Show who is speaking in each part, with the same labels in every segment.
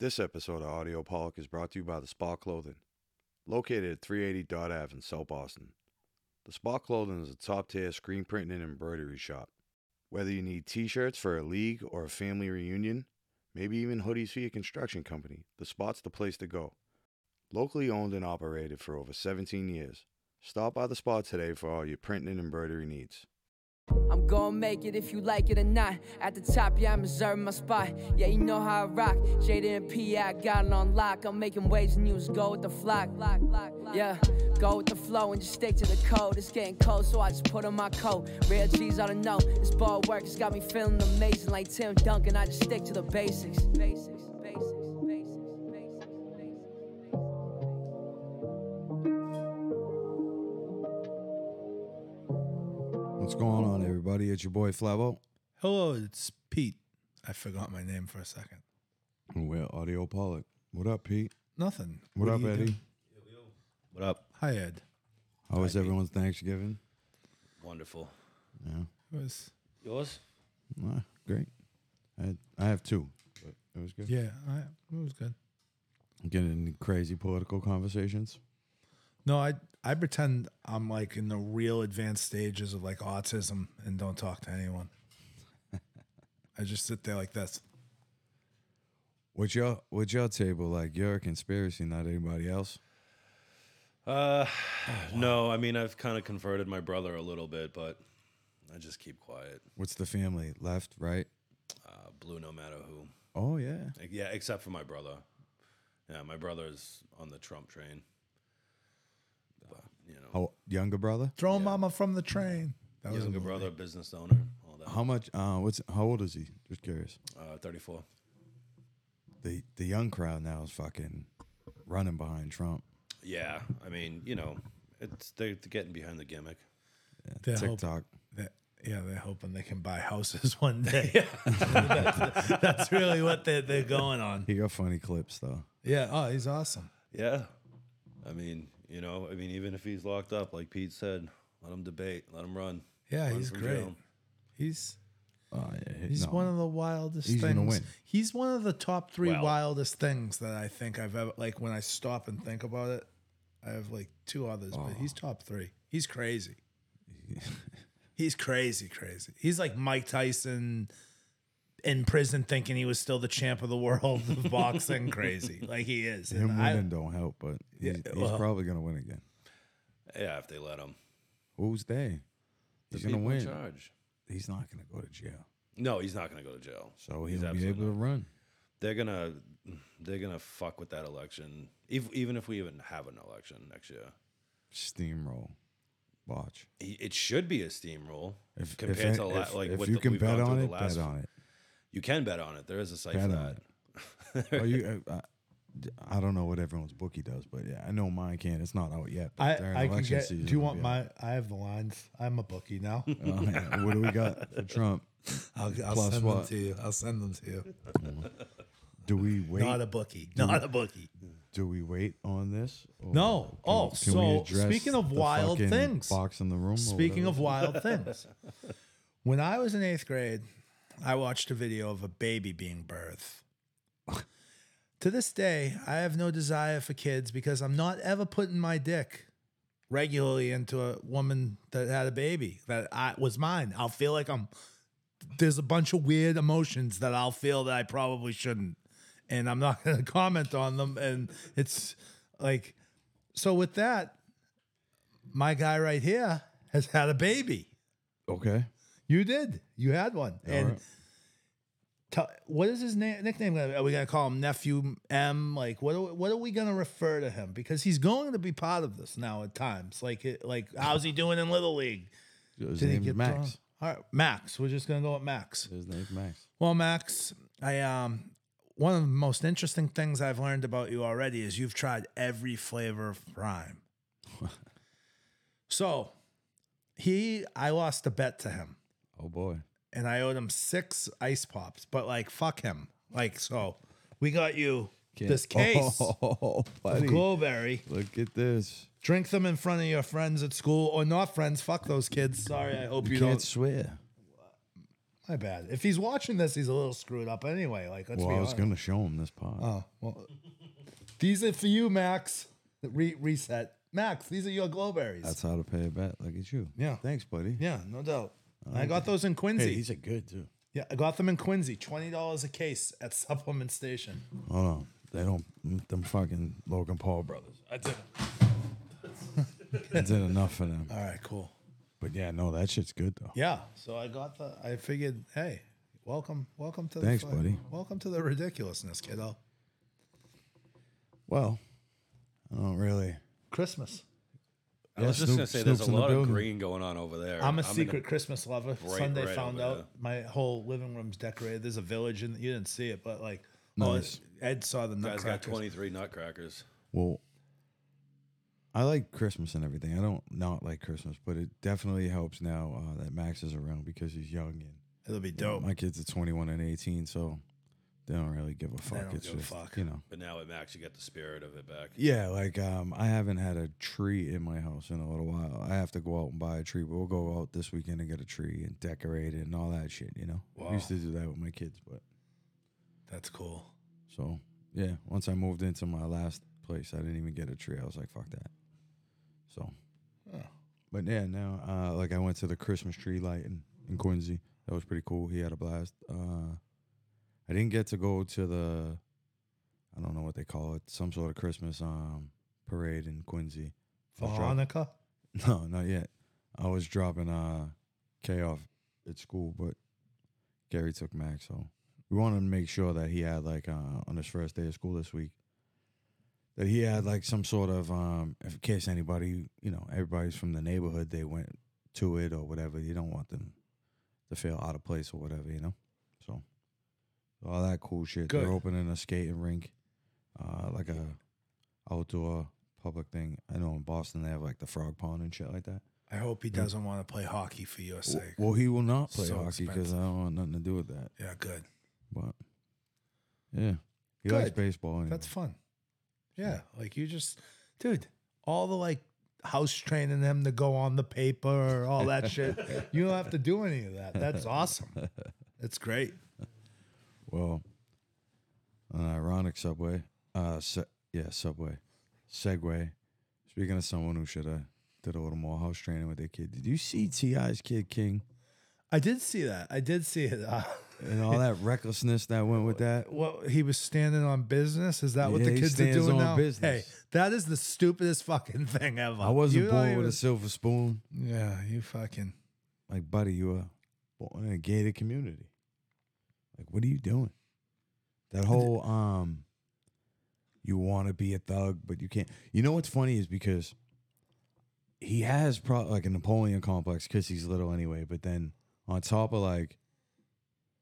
Speaker 1: This episode of Audio Pollock is brought to you by The Spa Clothing, located at 380 Dot Ave in South Boston. The Spa Clothing is a top tier screen printing and embroidery shop. Whether you need t shirts for a league or a family reunion, maybe even hoodies for your construction company, The Spot's the place to go. Locally owned and operated for over 17 years, stop by The Spot today for all your printing and embroidery needs.
Speaker 2: I'm gonna make it if you like it or not. At the top, yeah, I'm reserving my spot. Yeah, you know how I rock. Jada and P.I. got it on lock. I'm making waves and you just go with the flock. Yeah, go with the flow and just stick to the code. It's getting cold, so I just put on my coat. Real G's on the know. This ball work has got me feeling amazing like Tim Duncan. I just stick to the basics. Basics, basics, basics, basics, basics, basics.
Speaker 1: What's going on, everybody? It's your boy Flavo.
Speaker 3: Hello, it's Pete. I forgot my name for a second.
Speaker 1: And we're Audio Pollock. What up, Pete?
Speaker 3: Nothing.
Speaker 1: What,
Speaker 3: are
Speaker 1: up,
Speaker 3: you
Speaker 1: Eddie?
Speaker 3: doing?
Speaker 4: What up?
Speaker 3: Hi, Ed.
Speaker 1: How was everyone's Thanksgiving?
Speaker 4: Wonderful.
Speaker 1: Yeah.
Speaker 3: It was,
Speaker 4: Yours?
Speaker 1: Nah, great. I I have two. But it was good.
Speaker 3: yeah, I, it was good.
Speaker 1: Getting into crazy political conversations.
Speaker 3: No, I I pretend I'm like in the real advanced stages of like autism and don't talk to anyone. I just sit there like this.
Speaker 1: What's your what's your table like? You're a conspiracy, not anybody else.
Speaker 4: Uh, no. I mean, I've kind of converted my brother a little bit, but I just keep quiet.
Speaker 1: What's the family? Left, right?
Speaker 4: Uh, blue, no matter who.
Speaker 1: Oh yeah.
Speaker 4: Like, yeah, except for my brother. Yeah, my brother's on the Trump train. But, you know,
Speaker 1: Oh, younger brother?
Speaker 3: Throw mama from the train. That was a
Speaker 4: younger
Speaker 3: movie.
Speaker 4: brother, business owner, all that.
Speaker 1: How much uh what's how old is he? Just curious.
Speaker 4: Uh, Thirty-four.
Speaker 1: The the young crowd now is fucking running behind Trump.
Speaker 4: Yeah, I mean, you know, it's they're getting behind the gimmick.
Speaker 3: They're hoping-
Speaker 1: TikTok.
Speaker 3: that- yeah, they're hoping they can buy houses one day. that's, that's really what they're, they're going on.
Speaker 1: He got funny clips though.
Speaker 3: Yeah. Oh, he's awesome.
Speaker 4: Yeah. I mean, you know, I mean, even if he's locked up, like Pete said, let him debate, let him run.
Speaker 3: Yeah,
Speaker 4: Run
Speaker 3: he's
Speaker 4: from
Speaker 3: great.
Speaker 4: jail.
Speaker 3: He's
Speaker 1: Oh yeah.
Speaker 3: He's one of the wildest
Speaker 1: He's gonna
Speaker 3: things.
Speaker 1: win.
Speaker 3: He's one of the top three
Speaker 4: Well-
Speaker 3: wildest things that I think I've ever like when I stop and think about it. I have like two others, but he's
Speaker 1: Oh.
Speaker 3: top three. He's crazy. he's crazy, crazy. He's like Mike Tyson in prison thinking he was still the champ of the world of boxing crazy. Like he is. And
Speaker 1: him
Speaker 3: I-
Speaker 1: winning don't help, but he's, he's
Speaker 3: well-
Speaker 1: probably gonna win again.
Speaker 4: Yeah, if they let him.
Speaker 1: Who's they? He's
Speaker 4: The
Speaker 1: gonna
Speaker 4: people in
Speaker 1: win.
Speaker 4: charge.
Speaker 1: He's not gonna go to jail.
Speaker 4: No, he's not going to go to jail.
Speaker 1: So
Speaker 4: He's
Speaker 1: he'll be
Speaker 4: absolutely
Speaker 1: able to run.
Speaker 4: They're gonna, they're gonna fuck with that election. If, even if we even have an election next year,
Speaker 1: Steamroll. Watch.
Speaker 4: I- it should be a steamroll
Speaker 1: If,
Speaker 4: compared
Speaker 1: if,
Speaker 4: to la-
Speaker 1: if,
Speaker 4: like
Speaker 1: if
Speaker 4: what
Speaker 1: you
Speaker 4: the,
Speaker 1: can
Speaker 4: we've
Speaker 1: bet
Speaker 4: gone through
Speaker 1: on
Speaker 4: the
Speaker 1: it,
Speaker 4: last.
Speaker 1: bet on it.
Speaker 4: You can bet on it. There is a site
Speaker 1: Bet
Speaker 4: for
Speaker 1: on
Speaker 4: that.
Speaker 1: Oh, you, I, I- I don't know what everyone's bookie does, but yeah, I know mine can. It's not out yet. But during election season, it'll be out.
Speaker 3: I have the lines. I'm a bookie now.
Speaker 1: Oh, yeah. What do we got for Trump?
Speaker 3: I'll, I'll
Speaker 1: Plus
Speaker 3: send
Speaker 1: what?
Speaker 3: them to you. I'll send them to you.
Speaker 1: Do we wait?
Speaker 3: Not a bookie. Not a bookie.
Speaker 1: do we wait on this? or
Speaker 3: No.
Speaker 1: can-
Speaker 3: Oh,
Speaker 1: can
Speaker 3: so
Speaker 1: address
Speaker 3: speaking of
Speaker 1: the
Speaker 3: wild
Speaker 1: fucking
Speaker 3: things.
Speaker 1: box in the room. or
Speaker 3: Speaking
Speaker 1: whatever?
Speaker 3: of wild things, when I was in eighth grade, I watched a video of a baby being birthed. to this day, I have no desire for kids because I'm not ever putting my dick regularly into a woman that had a baby that I was mine. I'll feel like I'm there's a bunch of weird emotions that I'll feel that I probably shouldn't. And I'm not gonna comment on them. And it's like so with that, my guy right here has had a baby.
Speaker 1: okay,
Speaker 3: You did. You had one. and
Speaker 1: right.
Speaker 3: tell- what is his na- nickname? gonna be? Are we going to call him nephew M? Like, what? Are, we- what are we going to refer to him? Because he's going to be part of this now at times. Like, it- like how's he doing in little league?
Speaker 1: his
Speaker 3: Did he
Speaker 1: name's
Speaker 3: get
Speaker 1: Max.
Speaker 3: thrown? All right, Max. We're just going to go with Max.
Speaker 1: His name's Max.
Speaker 3: Well, Max, I um one of the most interesting things I've learned about you already is you've tried every flavor of prime. so he I lost a bet to him
Speaker 1: Oh boy.
Speaker 3: and I owed him six ice pops, but like fuck him. Like so we got you this case
Speaker 1: Oh,
Speaker 3: of
Speaker 1: buddy.
Speaker 3: glowberry.
Speaker 1: Look at this.
Speaker 3: Drink them in front of your friends at school or not friends. Fuck those kids. Sorry, I hope you,
Speaker 1: You
Speaker 3: don't
Speaker 1: can't swear.
Speaker 3: My bad. If he's watching this, he's a little screwed up anyway. Like, let's
Speaker 1: Well,
Speaker 3: be
Speaker 1: I was
Speaker 3: honest.
Speaker 1: going to show him this pod.
Speaker 3: Oh, well, these are for you, Max. Re- reset. Max, these are your glowberries.
Speaker 1: That's how to pay it back. Look at you.
Speaker 3: Yeah.
Speaker 1: Thanks, buddy.
Speaker 3: yeah, no doubt. I got those in Quincy.
Speaker 1: Hey, these are good, too.
Speaker 3: yeah, I got them in Quincy. $20 a case at Supplement Station.
Speaker 1: Hold on. They don't, them fucking Logan Paul brothers. I did I did enough for them.
Speaker 3: All right, cool.
Speaker 1: But yeah, no, that shit's good, though.
Speaker 3: Yeah, so I got the, I figured, hey, welcome, welcome to
Speaker 1: Thanks,
Speaker 3: the, fuck-
Speaker 1: buddy.
Speaker 3: Welcome to the ridiculousness, kiddo.
Speaker 1: Well, I don't really.
Speaker 3: Christmas.
Speaker 4: I was just
Speaker 1: Snoop-
Speaker 4: gonna say, there's
Speaker 1: Snoop's in
Speaker 4: a
Speaker 1: the
Speaker 4: lot of
Speaker 1: building.
Speaker 4: green going on over there.
Speaker 3: I'm a
Speaker 4: in
Speaker 3: secret Christmas lover.
Speaker 4: Right,
Speaker 3: Sunday
Speaker 4: right
Speaker 3: found
Speaker 4: over
Speaker 3: out my whole living room's decorated. There's a village, and you didn't see it, but like,
Speaker 1: Nice.
Speaker 3: oh, Ed saw the
Speaker 4: The, guy's got
Speaker 3: nutcrackers.
Speaker 4: 23 nutcrackers.
Speaker 1: Well, I like Christmas and everything. I don't not like Christmas, but it definitely helps now uh, that Max is around because he's young and
Speaker 3: It'll be dope.
Speaker 1: Oh, my kids are 21 and 18, so they don't really give a fuck.
Speaker 3: don't
Speaker 1: it's
Speaker 3: give a
Speaker 1: just,
Speaker 3: fuck.
Speaker 1: you know.
Speaker 4: But now at Max, you get the spirit of it back.
Speaker 1: Yeah, like um, I haven't had a tree in my house in a little while. I have to go out and buy a tree. But we'll go out this weekend and get a tree and decorate it and all that shit. You know, I used to do that with my kids, but
Speaker 3: That's cool.
Speaker 1: so yeah. Once I moved into my last place, I didn't even get a tree. I was like, fuck that. So, but yeah, now uh, like I went to the Christmas tree lighting in Quincy. That was pretty cool. He had a blast. Uh, I didn't get to go to the, I don't know what they call it, some sort of Christmas um parade in Quincy. I
Speaker 3: For
Speaker 1: was drop-
Speaker 3: Hanukkah?
Speaker 1: no, not yet. I was dropping uh K off at school, but Gary took Max, so we wanted to make sure that he had like uh on his first day of school this week that he had like some sort of um in case anybody you know everybody's from the neighborhood they went to it or whatever. You don't want them to feel out of place or whatever, you know. So all that cool shit.
Speaker 3: Good.
Speaker 1: They're opening a skating rink, uh, like a outdoor public thing. I know in Boston they have like the frog pond and shit like that.
Speaker 3: I hope he doesn't want to play hockey for your
Speaker 1: W-
Speaker 3: sake.
Speaker 1: Well, he will not play
Speaker 3: So
Speaker 1: hockey because I
Speaker 3: expensive.
Speaker 1: don't want nothing to do with that.
Speaker 3: yeah, good.
Speaker 1: But yeah, he likes
Speaker 3: Good.
Speaker 1: baseball. Anyway.
Speaker 3: That's fun. Yeah, like you just, dude, all the like house training them to go on the paper or all that shit. You don't have to do any of that. That's awesome. That's great.
Speaker 1: well, an ironic subway. Uh, se- yeah, subway, Segway. Speaking of someone who should have did a little more house training with their kid, did you see Ti's kid King
Speaker 3: I did see that. I did see it. Uh,
Speaker 1: and all that recklessness that went with that?
Speaker 3: well, he was standing on business. Is that what
Speaker 1: Uh, Yeah,
Speaker 3: the
Speaker 1: he
Speaker 3: kids are
Speaker 1: stands
Speaker 3: doing
Speaker 1: on
Speaker 3: now?
Speaker 1: business.
Speaker 3: Hey, that is the stupidest fucking thing ever.
Speaker 1: I wasn't
Speaker 3: You don't
Speaker 1: born with
Speaker 3: even-
Speaker 1: a silver spoon.
Speaker 3: Yeah, you fucking.
Speaker 1: Like, buddy, you were born in a gated community. Like, what are you doing? That whole um, you want to be a thug, but you can't. You know what's funny is because he has pro- like a Napoleon complex because he's little anyway. But then on top of like,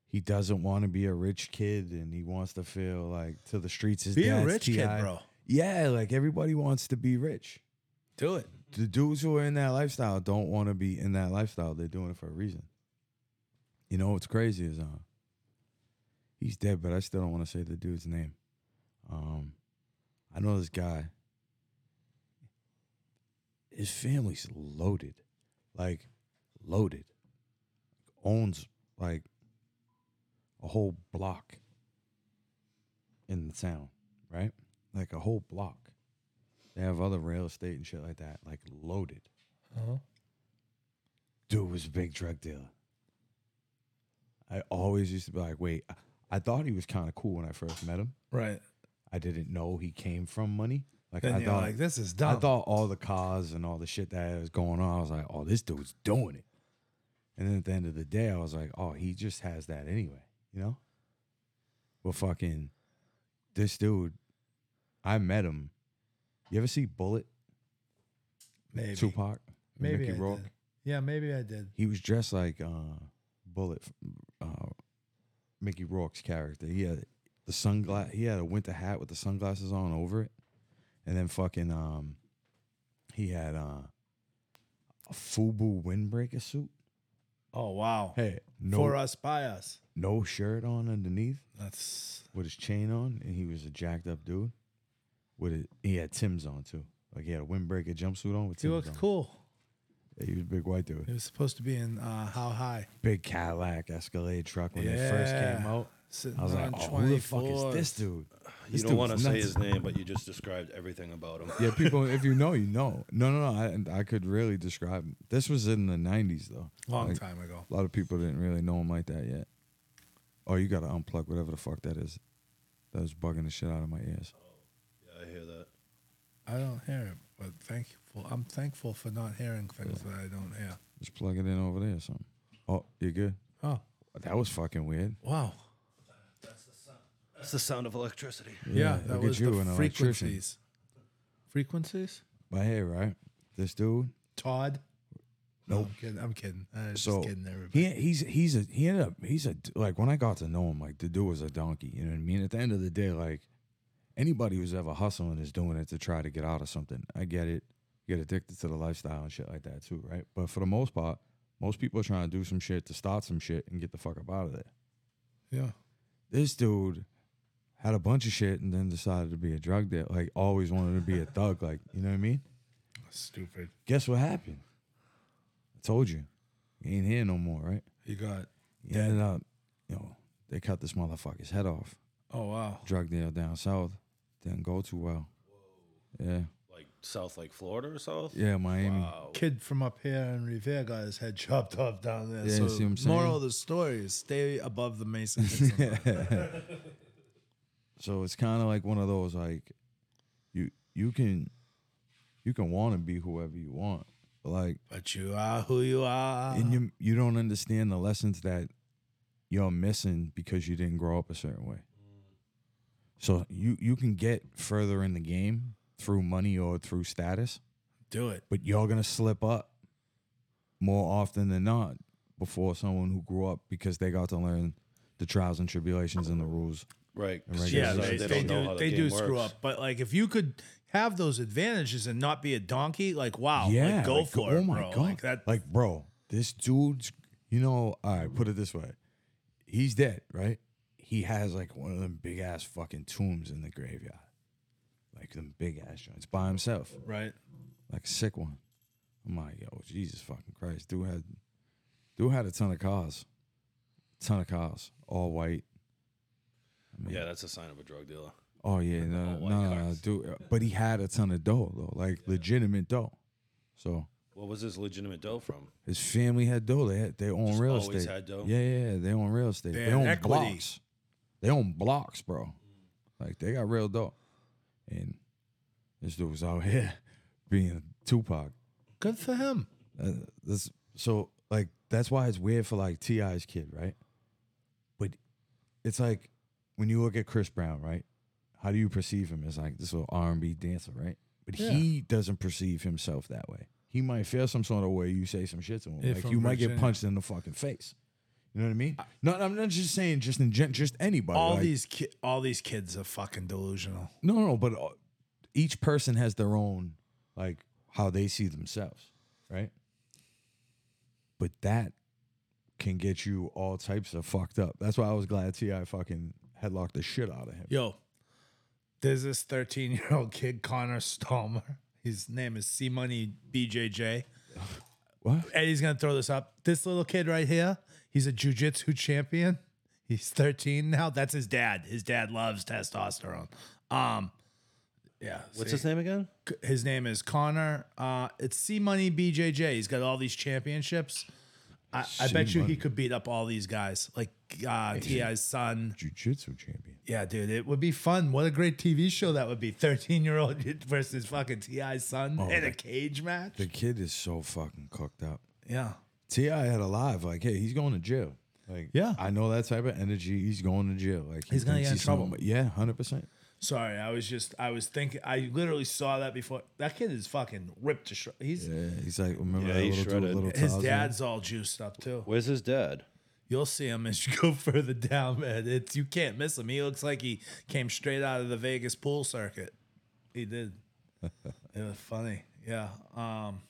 Speaker 1: he doesn't want to be a rich kid, and he wants to feel like to the streets. His
Speaker 3: Be a
Speaker 1: dad's
Speaker 3: rich kid,
Speaker 1: TI.
Speaker 3: bro.
Speaker 1: Yeah, like everybody wants to be rich
Speaker 3: Do it.
Speaker 1: the dudes who are in that lifestyle don't want to be in that lifestyle. They're doing it for a reason. You know what's crazy is uh, he's dead, but I still don't want to say the dude's name. Um, I know this guy. His family's loaded, like loaded. Owns like a whole block in the town, right? Like a whole block. They have other real estate and shit like that, like loaded.
Speaker 3: Uh-huh.
Speaker 1: Dude was a big drug dealer. I always used to be like, wait, I- I thought he was kind of cool when I first met him.
Speaker 3: Right.
Speaker 1: I didn't know he came from money. Like
Speaker 3: Then
Speaker 1: I
Speaker 3: you're
Speaker 1: thought,
Speaker 3: like, this is
Speaker 1: I
Speaker 3: dumb.
Speaker 1: thought all the cars and all the shit that was going on. I was like, oh, this dude's doing it. And then at the end of the day, I was like, oh, he just has that anyway, you know? Well, fucking, this dude, I met him. You ever see Bullet?
Speaker 3: maybe.
Speaker 1: Tupac,
Speaker 3: Maybe
Speaker 1: Mickey
Speaker 3: I
Speaker 1: Rourke.
Speaker 3: did. Yeah, maybe I did.
Speaker 1: He was dressed like uh, Bullet, uh, Mickey Rourke's character. He had the sunglass. He had a winter hat with the sunglasses on over it, and then fucking um, he had uh, a FUBU windbreaker suit.
Speaker 3: Oh wow.
Speaker 1: Hey, no,
Speaker 3: For us, by us.
Speaker 1: no shirt on underneath
Speaker 3: That's
Speaker 1: with his chain on, and he was a jacked up dude. With it, he had Tim's on too. Like he had a windbreaker jumpsuit on with
Speaker 3: he
Speaker 1: Tim's
Speaker 3: looked
Speaker 1: on.
Speaker 3: cool.
Speaker 1: He was a big white dude.
Speaker 3: It was supposed to be in uh, How High.
Speaker 1: Big Cadillac Escalade truck when they first came
Speaker 3: Yeah.
Speaker 1: out.
Speaker 3: Sitting
Speaker 1: I was like,
Speaker 3: on
Speaker 1: oh, who the fuck is
Speaker 3: 24.
Speaker 1: this dude?
Speaker 4: You
Speaker 1: This
Speaker 4: don't want to
Speaker 1: dude's
Speaker 4: say
Speaker 1: nuts.
Speaker 4: his name, but you just described everything about him.
Speaker 1: Yeah, people. If you know, you know. No, no, no. I, and I could really describe. Him. This was in the '90s though.
Speaker 3: Long
Speaker 1: Like,
Speaker 3: time ago.
Speaker 1: A lot of people didn't really know him like that yet. Oh, you gotta unplug whatever the fuck that is. That was bugging the shit out of my ears.
Speaker 4: Yeah, I hear that.
Speaker 3: I don't hear it, but thankful. I'm thankful for not hearing things that I don't hear.
Speaker 1: Just plug it in over there or something. Oh, you good?
Speaker 3: Oh,
Speaker 1: That was fucking weird.
Speaker 3: wow.
Speaker 4: That's the sound of electricity.
Speaker 3: Yeah,
Speaker 1: look
Speaker 3: that
Speaker 1: at
Speaker 3: was
Speaker 1: you,
Speaker 3: the
Speaker 1: an electrician.
Speaker 3: frequencies. Frequencies?
Speaker 1: But hey, right? This dude,
Speaker 3: Todd? No, I'm kidding. I'm kidding. I'm
Speaker 1: so
Speaker 3: just kidding, everybody.
Speaker 1: he he's he's a he ended up he's a like when I got to know him, like the dude was a donkey. You know what I mean? At the end of the day, like anybody who's ever hustling is doing it to try to get out of something. I get it. You get addicted to the lifestyle and shit like that too, right? But for the most part, most people are trying to do some shit to start some shit and get the fuck up out of there.
Speaker 3: Yeah.
Speaker 1: This dude had a bunch of shit and then decided to be a drug dealer. Like always wanted to be a thug. Like you know what I mean?
Speaker 3: Stupid.
Speaker 1: Guess what happened? I told you. He ain't here no more, right?
Speaker 3: He got,
Speaker 1: He ended up, you know, uh, they cut this motherfucker's head off.
Speaker 3: oh, wow.
Speaker 1: Drug deal down south. Didn't go too well. Yeah.
Speaker 4: Like South, like Florida or South. Uh,
Speaker 1: Yeah, Miami.
Speaker 3: Kid from up here in Revere got his head chopped off down there.
Speaker 1: Yeah,
Speaker 3: so
Speaker 1: you see what I'm saying?
Speaker 3: moral of the story is stay above the Mason.
Speaker 1: So it's kind of like one of those like you you can you can want to be whoever you want. But like
Speaker 3: but you are who you are.
Speaker 1: and you you don't understand the lessons that you're missing because you didn't grow up a certain way. So you you can get further in the game through money or through status,
Speaker 3: Do it.
Speaker 1: but you're gonna slip up more often than not before someone who grew up because they got to learn the trials and tribulations and the rules.
Speaker 4: Right. 'cause
Speaker 1: Right,
Speaker 4: you
Speaker 3: Yeah,
Speaker 1: So
Speaker 4: decide
Speaker 3: they,
Speaker 4: don't
Speaker 3: they
Speaker 4: know how
Speaker 3: do. They
Speaker 4: the
Speaker 3: do
Speaker 4: game
Speaker 3: screw
Speaker 4: works.
Speaker 3: up. But like, if you could have those advantages and not be a donkey, like, wow,
Speaker 1: yeah,
Speaker 3: like, go
Speaker 1: like,
Speaker 3: for
Speaker 1: oh
Speaker 3: it,
Speaker 1: my
Speaker 3: bro.
Speaker 1: god,
Speaker 3: Like that.
Speaker 1: like bro, this dude's you know. All right, put it this way, he's dead, right? He has like one of them big ass fucking tombs in the graveyard, like them big ass joints by himself,
Speaker 3: right.
Speaker 1: like a sick one. I'm like, yo, Jesus fucking Christ, dude had, dude had a ton of cars, ton of cars, all white.
Speaker 4: Yeah, that's a sign of a drug dealer.
Speaker 1: Oh yeah, no,
Speaker 4: white
Speaker 1: no, no, no,
Speaker 4: cars.
Speaker 1: dude. uh, But he had a ton of dough though, like legitimate dough. So
Speaker 4: What was his legitimate dough from?
Speaker 1: His family had dough. They had, they own
Speaker 4: Just
Speaker 1: real
Speaker 4: always
Speaker 1: estate.
Speaker 4: had dough?
Speaker 1: Yeah, yeah, yeah, they own real estate.
Speaker 3: They
Speaker 1: They,
Speaker 3: had
Speaker 1: own
Speaker 3: equity.
Speaker 1: blocks. They own blocks, bro. Like they got real dough. And this dude was out here being Tupac.
Speaker 3: Good for him.
Speaker 1: Uh, this, so like that's why it's weird for like Ti's kid, right? But it's like when you look at Chris Brown, right? How do you perceive him as like this little R and B dancer, right? But
Speaker 3: Yeah.
Speaker 1: he doesn't perceive himself that way. He might feel some sort of way. You say some shit to him,
Speaker 3: Yeah,
Speaker 1: like
Speaker 3: from
Speaker 1: you might get
Speaker 3: Virginia.
Speaker 1: punched in the fucking face. You know what I mean? No, I'm not just saying just in gen- just anybody.
Speaker 3: All
Speaker 1: like-
Speaker 3: these ki- all these kids are fucking delusional.
Speaker 1: no, no, but uh, each person has their own like how they see themselves, right? But that can get you all types of fucked up. That's why I was glad Ti fucking headlocked the shit out of him.
Speaker 3: Yo, there's this 13 year old kid, Connor Stallmer. His name is C Money BJJ.
Speaker 1: What?
Speaker 3: Eddie's gonna throw this up. This little kid right here, he's a jujitsu champion. He's 13 now. That's his dad. His dad loves testosterone. Um, yeah.
Speaker 4: What's
Speaker 3: see?
Speaker 4: his name again?
Speaker 3: C- His name is Connor. Uh, it's C Money BJJ. He's got all these championships. I, I bet you he could beat up all these guys, like uh, Ti's son.
Speaker 1: Jiu-jitsu champion.
Speaker 3: Yeah, dude, it would be fun. What a great TV show that would be. 13 year old versus fucking T.I.'s son in a cage match.
Speaker 1: The kid is so fucking cooked up.
Speaker 3: yeah.
Speaker 1: Ti had a live like, hey, he's going to jail. Like,
Speaker 3: Yeah.
Speaker 1: I know that type of energy. He's going to jail. Like, he
Speaker 3: He's gonna
Speaker 1: thinks
Speaker 3: get in
Speaker 1: someone-
Speaker 3: trouble.
Speaker 1: yeah, hundred percent.
Speaker 3: Sorry, I was just, I was thinking, I literally saw that before. That kid is fucking ripped to shreds. He's,
Speaker 1: Yeah, he's like, remember
Speaker 4: Yeah,
Speaker 1: that
Speaker 4: he
Speaker 1: little dude,
Speaker 4: shredded.
Speaker 1: little
Speaker 3: his
Speaker 1: Tarzan?
Speaker 3: dad's all juiced up too.
Speaker 4: Where's his dad?
Speaker 3: You'll see him as you go further down, man. It's, you can't miss him. He looks like he came straight out of the Vegas pool circuit. He did. it was funny. Yeah. Um,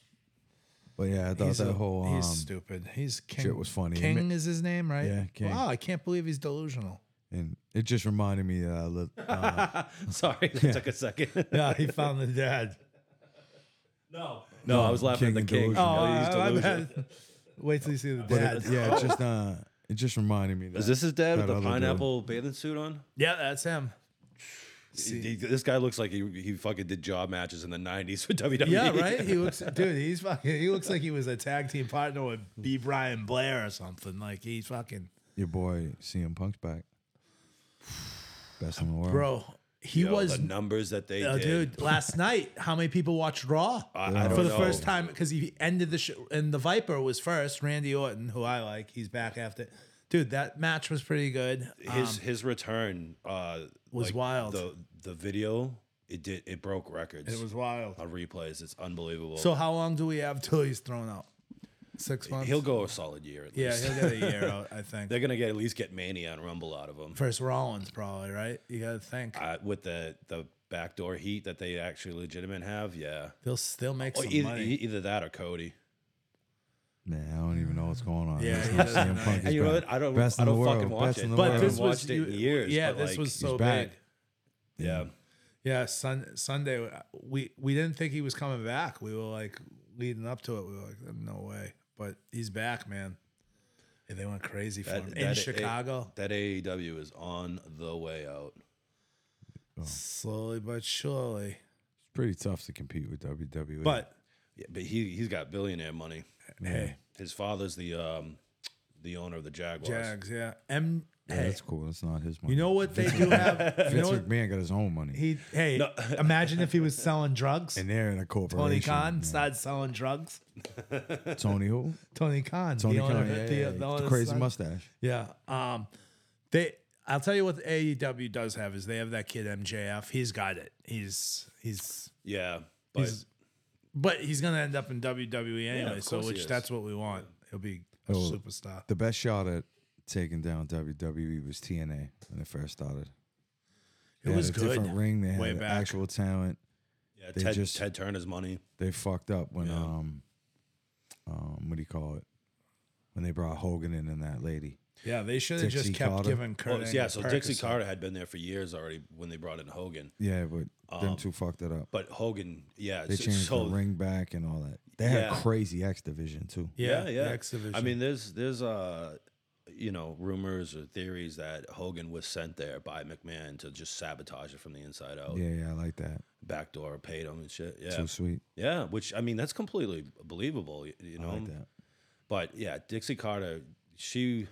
Speaker 1: But yeah, I thought
Speaker 3: He's
Speaker 1: that
Speaker 3: a-
Speaker 1: whole um,
Speaker 3: he's stupid. He's King.
Speaker 1: shit was funny.
Speaker 3: King is his name, right?
Speaker 1: Yeah, King.
Speaker 3: Wow, I can't believe he's delusional.
Speaker 1: And it just reminded me uh, that I lived.
Speaker 4: Sorry, that took a second.
Speaker 3: Yeah, he found the dad.
Speaker 4: no, No, I was laughing
Speaker 1: King
Speaker 4: at the king. Oh,
Speaker 1: delusion.
Speaker 4: Yeah, he's
Speaker 3: Oh, I- I
Speaker 4: delusional.
Speaker 3: bet. Wait till you see the
Speaker 1: But
Speaker 3: dad.
Speaker 1: it, yeah, it just uh, it just reminded me. That,
Speaker 4: Is this his dad
Speaker 1: that
Speaker 4: with the
Speaker 1: other dude.
Speaker 4: pineapple bathing suit on?
Speaker 3: yeah, that's him.
Speaker 4: He- he- this guy looks like he, he fucking did job matches in the 90s with WWE.
Speaker 3: Yeah, right. He looks, dude. He's fucking. He looks like he was a tag team partner with B. Brian Blair or something. Like he fucking,
Speaker 1: Your boy CM Punk's back. Best in the world,
Speaker 3: bro. He
Speaker 4: Yo,
Speaker 3: was,
Speaker 4: the numbers that they
Speaker 3: uh,
Speaker 4: did.
Speaker 3: dude. Last night, how many people watched Raw
Speaker 4: I- I
Speaker 3: for the
Speaker 4: don't know.
Speaker 3: first time? Because he ended the show, and the Viper was first. Randy Orton, who I like, he's back after. Dude, that match was pretty good. Um,
Speaker 4: his his return uh,
Speaker 3: was wild.
Speaker 4: The the video it did it broke records.
Speaker 3: It was wild.
Speaker 4: on replays. It's unbelievable.
Speaker 3: So how long do we have till he's thrown out? Six months.
Speaker 4: he'll go a solid year. At
Speaker 3: Yeah,
Speaker 4: least.
Speaker 3: he'll get a year out. I think.
Speaker 4: they're gonna get at least get Mania and Rumble out of him
Speaker 3: First Rollins, probably right. You gotta think
Speaker 4: uh, with the the backdoor heat that they actually legitimate have. Yeah,
Speaker 3: they'll still make
Speaker 1: Oh,
Speaker 4: Or
Speaker 3: some
Speaker 4: either,
Speaker 3: money.
Speaker 4: e- either that or Cody.
Speaker 1: Man, I don't even know what's going on.
Speaker 3: Yeah,
Speaker 1: It's
Speaker 3: he
Speaker 1: not
Speaker 3: doesn't
Speaker 1: CM
Speaker 3: know.
Speaker 1: Punk.
Speaker 4: And
Speaker 1: He's
Speaker 4: you know
Speaker 1: back.
Speaker 4: what? I don't
Speaker 1: Best
Speaker 4: I
Speaker 1: in the
Speaker 4: don't fucking
Speaker 1: world.
Speaker 4: watch
Speaker 1: Best
Speaker 4: it.
Speaker 1: in the
Speaker 4: I
Speaker 1: world.
Speaker 4: haven't
Speaker 1: But this
Speaker 4: watched it in years.
Speaker 3: Yeah,
Speaker 4: but,
Speaker 3: this
Speaker 4: like,
Speaker 3: was so
Speaker 1: he's back.
Speaker 3: big. Hmm.
Speaker 4: yeah.
Speaker 3: Yeah, sun, Sunday uh, we we didn't think he was coming back. We were like leading up to it. We were like, "Mm, no way. But he's back, man. And they went crazy for
Speaker 4: That-
Speaker 3: him in
Speaker 4: that-
Speaker 3: Chicago.
Speaker 4: That AEW is on the way out.
Speaker 3: slowly but surely.
Speaker 1: It's pretty tough to compete with E. WWE.
Speaker 3: But
Speaker 4: Yeah, but he he's got billionaire money.
Speaker 3: hey,
Speaker 4: His father's the um the owner of the Jaguars.
Speaker 3: Jags, yeah. M.
Speaker 1: Yeah,
Speaker 3: hey,
Speaker 1: that's cool. That's not his money.
Speaker 3: you know what they do have? You
Speaker 1: Vince
Speaker 3: know what
Speaker 1: McMahon got his own money,
Speaker 3: he? Hey, imagine if he was selling drugs.
Speaker 1: and they're in a corporation.
Speaker 3: Tony Khan
Speaker 1: man.
Speaker 3: started selling drugs.
Speaker 1: Tony who?
Speaker 3: Tony Khan.
Speaker 1: Tony
Speaker 3: the
Speaker 1: Khan.
Speaker 3: owner-
Speaker 1: Yeah,
Speaker 3: the-
Speaker 1: yeah,
Speaker 3: the
Speaker 1: yeah.
Speaker 3: owner
Speaker 1: crazy
Speaker 3: son.
Speaker 1: mustache.
Speaker 3: Yeah. Um, they. I'll tell you what AEW does have is they have that kid MJF. He's got it. He's he's
Speaker 4: Yeah. But
Speaker 3: He's- but he's gonna end up in WWE anyway.
Speaker 4: of
Speaker 3: so
Speaker 4: course he
Speaker 3: which
Speaker 4: is.
Speaker 3: that's what we want. He'll be a
Speaker 1: Oh.
Speaker 3: superstar.
Speaker 1: The best shot at taking down WWE was TNA when it first started.
Speaker 3: It
Speaker 1: They had
Speaker 3: was
Speaker 1: a
Speaker 3: good.
Speaker 1: Different ring. They had
Speaker 3: Way back.
Speaker 1: actual talent.
Speaker 4: yeah,
Speaker 1: they
Speaker 4: Ted
Speaker 1: just-
Speaker 4: Ted Turner's money.
Speaker 1: They fucked up when
Speaker 4: Yeah.
Speaker 1: um um what do you call it when they brought Hogan in and that lady.
Speaker 3: Yeah, they should have just
Speaker 1: Dixie
Speaker 3: kept
Speaker 1: Carter.
Speaker 3: giving Kurt.
Speaker 4: Well, yeah, so Dixie
Speaker 3: Perkins-
Speaker 4: Carter had been there for years already when they brought in Hogan.
Speaker 1: Yeah, but them two fucked it up.
Speaker 4: But Hogan, yeah,
Speaker 1: They
Speaker 4: Um, so-
Speaker 1: changed
Speaker 4: so-
Speaker 1: the ring back and all that. They had
Speaker 4: Yeah.
Speaker 1: crazy X division too.
Speaker 3: Yeah,
Speaker 4: yeah, yeah.
Speaker 3: X division.
Speaker 4: I mean, there's there's uh, you know, rumors or theories that Hogan was sent there by McMahon to just sabotage it from the inside out,
Speaker 1: Yeah, yeah, I like that.
Speaker 4: backdoor, paid him and shit. Yeah,
Speaker 1: Too sweet.
Speaker 4: yeah. Which I mean, that's completely believable. y- You know,
Speaker 1: I like that.
Speaker 4: but yeah, Dixie Carter, she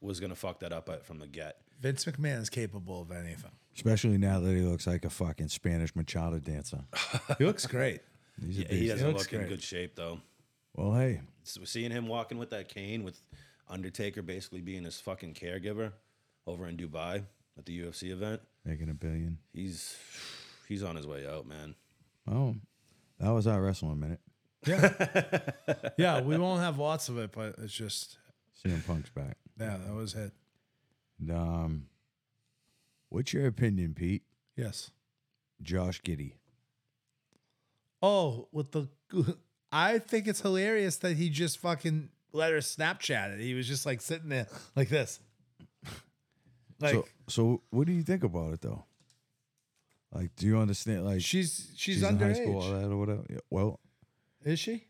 Speaker 4: was gonna fuck that up uh, from the get.
Speaker 3: Vince McMahon is capable of anything.
Speaker 1: Especially now that he looks like a fucking Spanish machado dancer.
Speaker 3: He looks great.
Speaker 1: He's a
Speaker 4: Yeah, he
Speaker 1: beast.
Speaker 4: doesn't
Speaker 3: looks
Speaker 4: look in
Speaker 3: great.
Speaker 4: good shape though.
Speaker 1: Well, hey,
Speaker 4: So seeing him walking with that cane with Undertaker basically being his fucking caregiver over in Dubai at the UFC event.
Speaker 1: making a billion.
Speaker 4: He's he's on his way out, man.
Speaker 1: Oh, that was our wrestling minute.
Speaker 3: Yeah, we won't have lots of it, but it's just
Speaker 1: CM Punk's back.
Speaker 3: yeah, that was it.
Speaker 1: And, um, what's your opinion, Pete?
Speaker 3: Yes.
Speaker 1: Josh Giddy.
Speaker 3: Oh, with the I think it's hilarious that he just fucking let her Snapchat it. He was just like sitting there like this. Like
Speaker 1: so, so what do you think about it though? Like, do you understand? Like,
Speaker 3: she's she's,
Speaker 1: in high
Speaker 3: underage.
Speaker 1: school, all that or whatever. Yeah, well,
Speaker 3: Is she?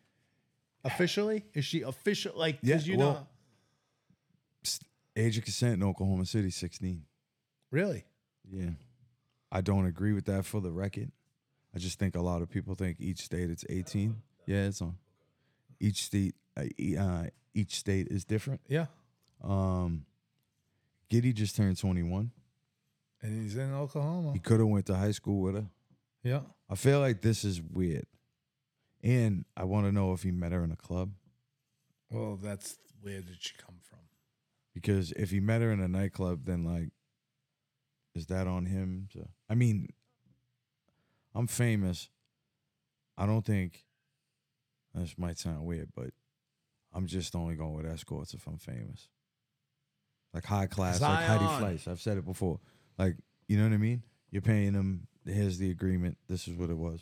Speaker 3: Officially? Is she official like
Speaker 1: Yeah,
Speaker 3: yeah, you
Speaker 1: well-
Speaker 3: know
Speaker 1: age of consent in Oklahoma City, sixteen.
Speaker 3: really?
Speaker 1: Yeah, I don't agree with that for the record. I just think a lot of people think each state it's eighteen. Yeah, it's on. Each state, uh, e- uh, each state is different.
Speaker 3: Yeah.
Speaker 1: Um, Giddy just turned twenty one.
Speaker 3: And he's in Oklahoma.
Speaker 1: He could have went to high school with her.
Speaker 3: Yeah.
Speaker 1: I feel like this is weird. And I want to know if he met her in a club
Speaker 3: Well, that's where did she come from?
Speaker 1: because if he met her in a nightclub, then like, is that on him? To, I mean, I'm famous. I don't think this might sound weird, but I'm just only going with escorts if I'm famous. Like high class, like Heidi
Speaker 3: Zion.
Speaker 1: Fleiss. I've said it before. Like, you know what I mean? You're paying them. Here's the agreement. This is what it was.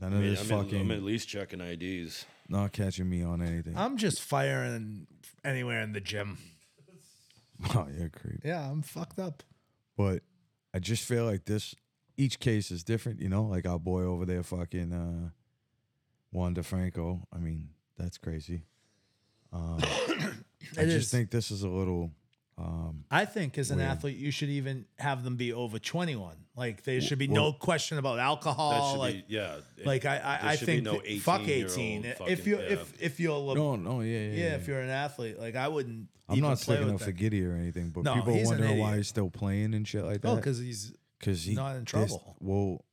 Speaker 1: None
Speaker 4: I
Speaker 1: of
Speaker 4: mean,
Speaker 1: this
Speaker 4: I'm,
Speaker 1: fucking.
Speaker 4: at, I'm at least checking IDs.
Speaker 1: not catching me on anything.
Speaker 3: I'm just firing anywhere in the gym.
Speaker 1: oh, you're a creep.
Speaker 3: Yeah, I'm fucked up.
Speaker 1: But I just feel like this each case is different, you know? Like our boy over there fucking uh Juan DeFranco. I mean, that's crazy. Um, I
Speaker 3: It
Speaker 1: just
Speaker 3: is-
Speaker 1: think this is a little. Um,
Speaker 3: I think as an
Speaker 1: Weird.
Speaker 3: athlete, you should even have them be over 21. Like there should be no
Speaker 1: Well-
Speaker 3: question about
Speaker 4: That
Speaker 1: Oh,
Speaker 3: alcohol.
Speaker 4: should
Speaker 3: Like,
Speaker 4: be, yeah. it-
Speaker 3: like I, I,
Speaker 4: there
Speaker 3: I
Speaker 4: should be
Speaker 3: think
Speaker 4: no
Speaker 3: that- fuck
Speaker 4: 18-year-old
Speaker 3: 18.
Speaker 4: fucking-
Speaker 3: if you are
Speaker 4: yeah.
Speaker 3: if if you're Le-
Speaker 1: no, no, yeah, yeah.
Speaker 3: yeah, if you're an athlete, like I wouldn't.
Speaker 1: I'm
Speaker 3: even
Speaker 1: not
Speaker 3: play
Speaker 1: sticking
Speaker 3: with
Speaker 1: up for
Speaker 3: that.
Speaker 1: Giddy or anything, but
Speaker 3: No,
Speaker 1: people
Speaker 3: he's an
Speaker 1: wondering why
Speaker 3: idiot.
Speaker 1: he's still playing and shit like
Speaker 3: No,
Speaker 1: that.
Speaker 3: because he's
Speaker 1: because he's
Speaker 3: not in trouble.
Speaker 1: well,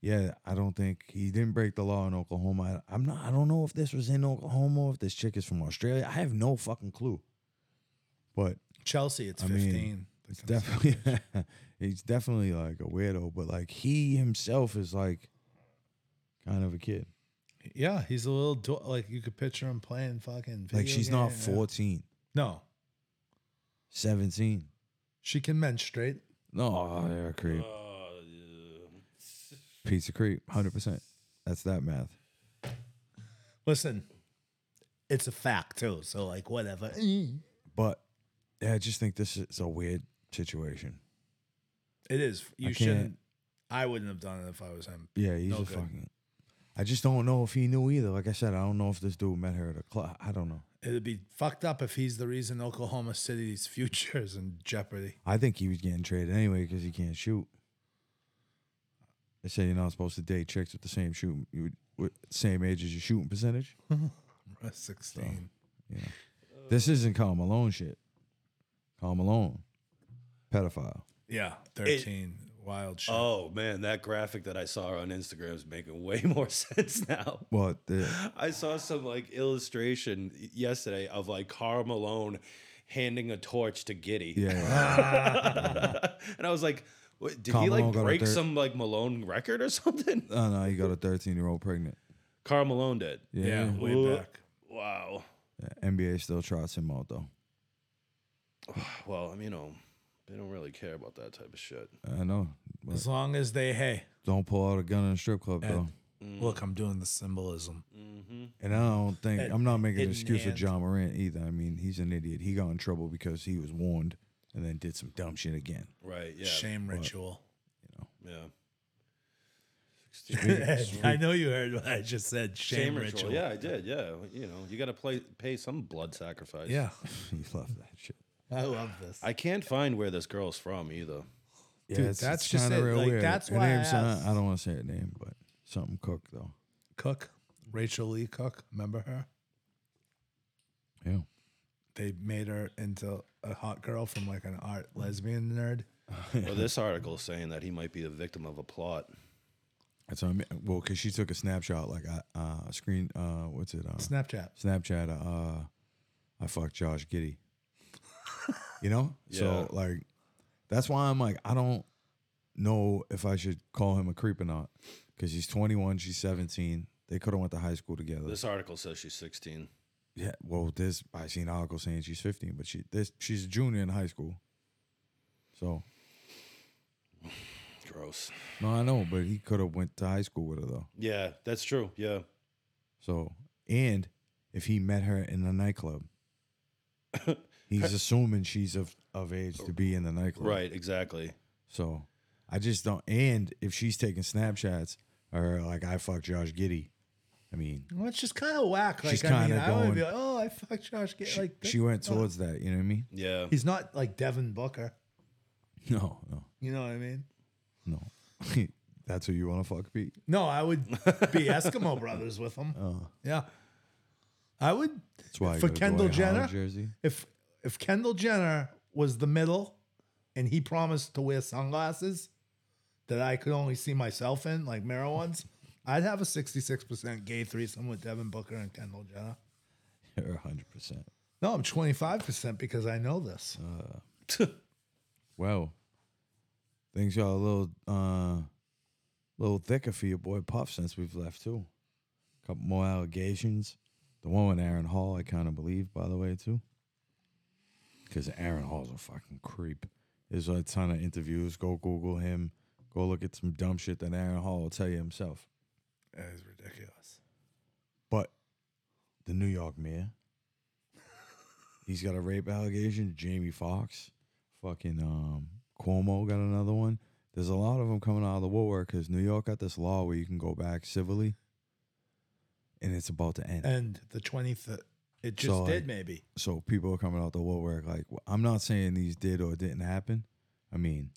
Speaker 1: yeah, I don't think he didn't break the law in Oklahoma. I, I'm not. I don't know if this was in Oklahoma. If this chick is from Australia, I have no fucking clue. But
Speaker 3: Chelsea. It's
Speaker 1: I
Speaker 3: 15.
Speaker 1: mean, it's definitely he's definitely like a weirdo. But like he himself is like kind of a kid.
Speaker 3: yeah, he's a little do- like you could picture him playing fucking.
Speaker 1: Like
Speaker 3: video
Speaker 1: she's not
Speaker 3: game, yeah.
Speaker 1: 14,
Speaker 3: No,
Speaker 1: 17.
Speaker 3: she can menstruate.
Speaker 1: No, they're a creep.
Speaker 3: Uh,
Speaker 4: uh,
Speaker 1: Piece of creep, hundred percent. That's that math.
Speaker 3: Listen, it's a fact too. So like whatever. It
Speaker 1: But yeah, I just think this is a weird situation.
Speaker 3: is. You
Speaker 1: can't-
Speaker 3: shouldn't. I wouldn't have done it if I was him.
Speaker 1: Yeah, he's
Speaker 3: No
Speaker 1: a
Speaker 3: good.
Speaker 1: fucking. I just don't know if he knew either. Like I said, I don't know if this dude met her at a club. I don't know.
Speaker 3: It'd be fucked up if he's the reason Oklahoma City's future is in jeopardy.
Speaker 1: I think he was getting traded anyway because he can't shoot. They say you're not supposed to date chicks with the same shooting, you would- with same age as your shooting percentage.
Speaker 3: Uh, Sixteen. Uh.
Speaker 1: This isn't Carl Malone shit. Carl Malone, pedophile.
Speaker 3: Yeah, thirteen. Wild shit.
Speaker 4: Oh man, that graphic that I saw on Instagram is making way more sense now.
Speaker 1: Well, the,
Speaker 4: I saw some like illustration yesterday of like Carl Malone handing a torch to Giddy.
Speaker 1: yeah,
Speaker 4: and I was like, what, did
Speaker 1: Karl
Speaker 4: he like
Speaker 1: Malone got a
Speaker 4: break
Speaker 1: dirt-
Speaker 4: some like Malone record or something?
Speaker 1: oh no, you got a 13 year old pregnant.
Speaker 4: Carl Malone did.
Speaker 1: Yeah,
Speaker 3: yeah, way
Speaker 4: Wha-
Speaker 3: back.
Speaker 4: Wow.
Speaker 1: Yeah, NBA still trots him out though.
Speaker 4: Well, I mean, you know, they don't really care about that type of shit.
Speaker 1: I know. But
Speaker 3: As long as they, hey,
Speaker 1: don't pull out a gun in a strip club though.
Speaker 3: look, I'm doing the symbolism.
Speaker 1: And I don't think
Speaker 3: Ed-
Speaker 1: I'm not making
Speaker 3: Ed
Speaker 1: an excuse for
Speaker 3: Nant.
Speaker 1: John Morant either. I mean, he's an idiot. He got in trouble because he was warned and then did some dumb shit again.
Speaker 4: Right. Yeah.
Speaker 3: Shame ritual.
Speaker 4: Yeah.
Speaker 3: I know you heard what I just said. Shame,
Speaker 4: Shame
Speaker 3: ritual.
Speaker 4: ritual. Yeah, I did. Yeah. You know, you got to play pay some blood sacrifice.
Speaker 3: Yeah.
Speaker 1: he loved that shit.
Speaker 3: I love this.
Speaker 4: I can't find where this girl's from either.
Speaker 1: Yeah,
Speaker 3: Dude, that's just
Speaker 1: kinda
Speaker 3: it. Like, that's why I
Speaker 1: name's not-
Speaker 3: asked.
Speaker 1: I don't want to say her name, but something Cook though.
Speaker 3: Cook, Rachel Lee Cook. Remember her?
Speaker 1: Yeah.
Speaker 3: They made her into a hot girl from like an art lesbian nerd.
Speaker 4: Well, this article is saying that he might be a victim of a plot.
Speaker 1: That's what I mean. Well, because she took a snapshot, like I uh, screen, uh, what's it? Uh,
Speaker 3: Snapchat.
Speaker 1: Snapchat. Uh, I fucked Josh Giddy. you know, so
Speaker 4: Yeah.
Speaker 1: like, that's why I'm like, I don't know if I should call him a creep or not, because he's 21, she's 17. They could have went to high school together.
Speaker 4: This article says she's 16.
Speaker 1: yeah, well, this I seen an article saying she's 15, but she this she's a junior in high school. So
Speaker 4: Gross.
Speaker 1: no, I know, but he could have went to high school with her though.
Speaker 4: Yeah, that's true. Yeah.
Speaker 1: So and if he met her in a nightclub, he's assuming she's of of age to be in the nightclub,
Speaker 4: Right, exactly.
Speaker 1: So I just don't. And if she's taking Snapchats or like I fuck Josh Giddy, I mean,
Speaker 3: Well, it's just kind of whack. Like,
Speaker 1: She's
Speaker 3: I mean,
Speaker 1: kinda
Speaker 3: I would be
Speaker 1: going-
Speaker 3: like, oh, I fucked Josh. Get,
Speaker 1: she,
Speaker 3: like,
Speaker 1: she went towards that. You know what I mean?
Speaker 4: Yeah.
Speaker 3: He's not like Devin Booker.
Speaker 1: No, no,
Speaker 3: You know what I mean?
Speaker 1: no. That's who you want to fuck, Pete.
Speaker 3: No, I would be Eskimo brothers with him.
Speaker 4: Oh.
Speaker 3: Yeah, I would.
Speaker 1: That's why I
Speaker 3: for
Speaker 1: got a
Speaker 3: Kendall
Speaker 1: Dwight Howard
Speaker 3: Jenner.
Speaker 1: jersey.
Speaker 3: If if Kendall Jenner was the middle, and he promised to wear sunglasses that I could only see myself in, like mirror ones, I'd have a sixty six percent gay threesome with Devin Booker and Kendall Jenner.
Speaker 1: You're hundred percent.
Speaker 3: No, I'm twenty five percent because I know this.
Speaker 4: Uh.
Speaker 1: Well, things got a little, uh, little thicker for your boy Puff since we've left too. Couple more allegations. The one with Aaron Hall, I kind of believe, by the way, too. Because Aaron Hall's a fucking creep. There's a ton of interviews. Go Google him. Go look at some dumb shit that Aaron Hall will tell you himself.
Speaker 3: That is ridiculous.
Speaker 1: But the New York mayor, he's got a rape allegation. Jamie Foxx, fucking um, Cuomo got another one. There's a lot of them coming out of the woodwork because New York got this law where you can go back civilly and it's about to end.
Speaker 3: And the 20th, it just
Speaker 1: So,
Speaker 3: did
Speaker 1: like-
Speaker 3: maybe.
Speaker 1: so people are coming out the woodwork. Like wh- I'm not saying these did or didn't happen. I mean,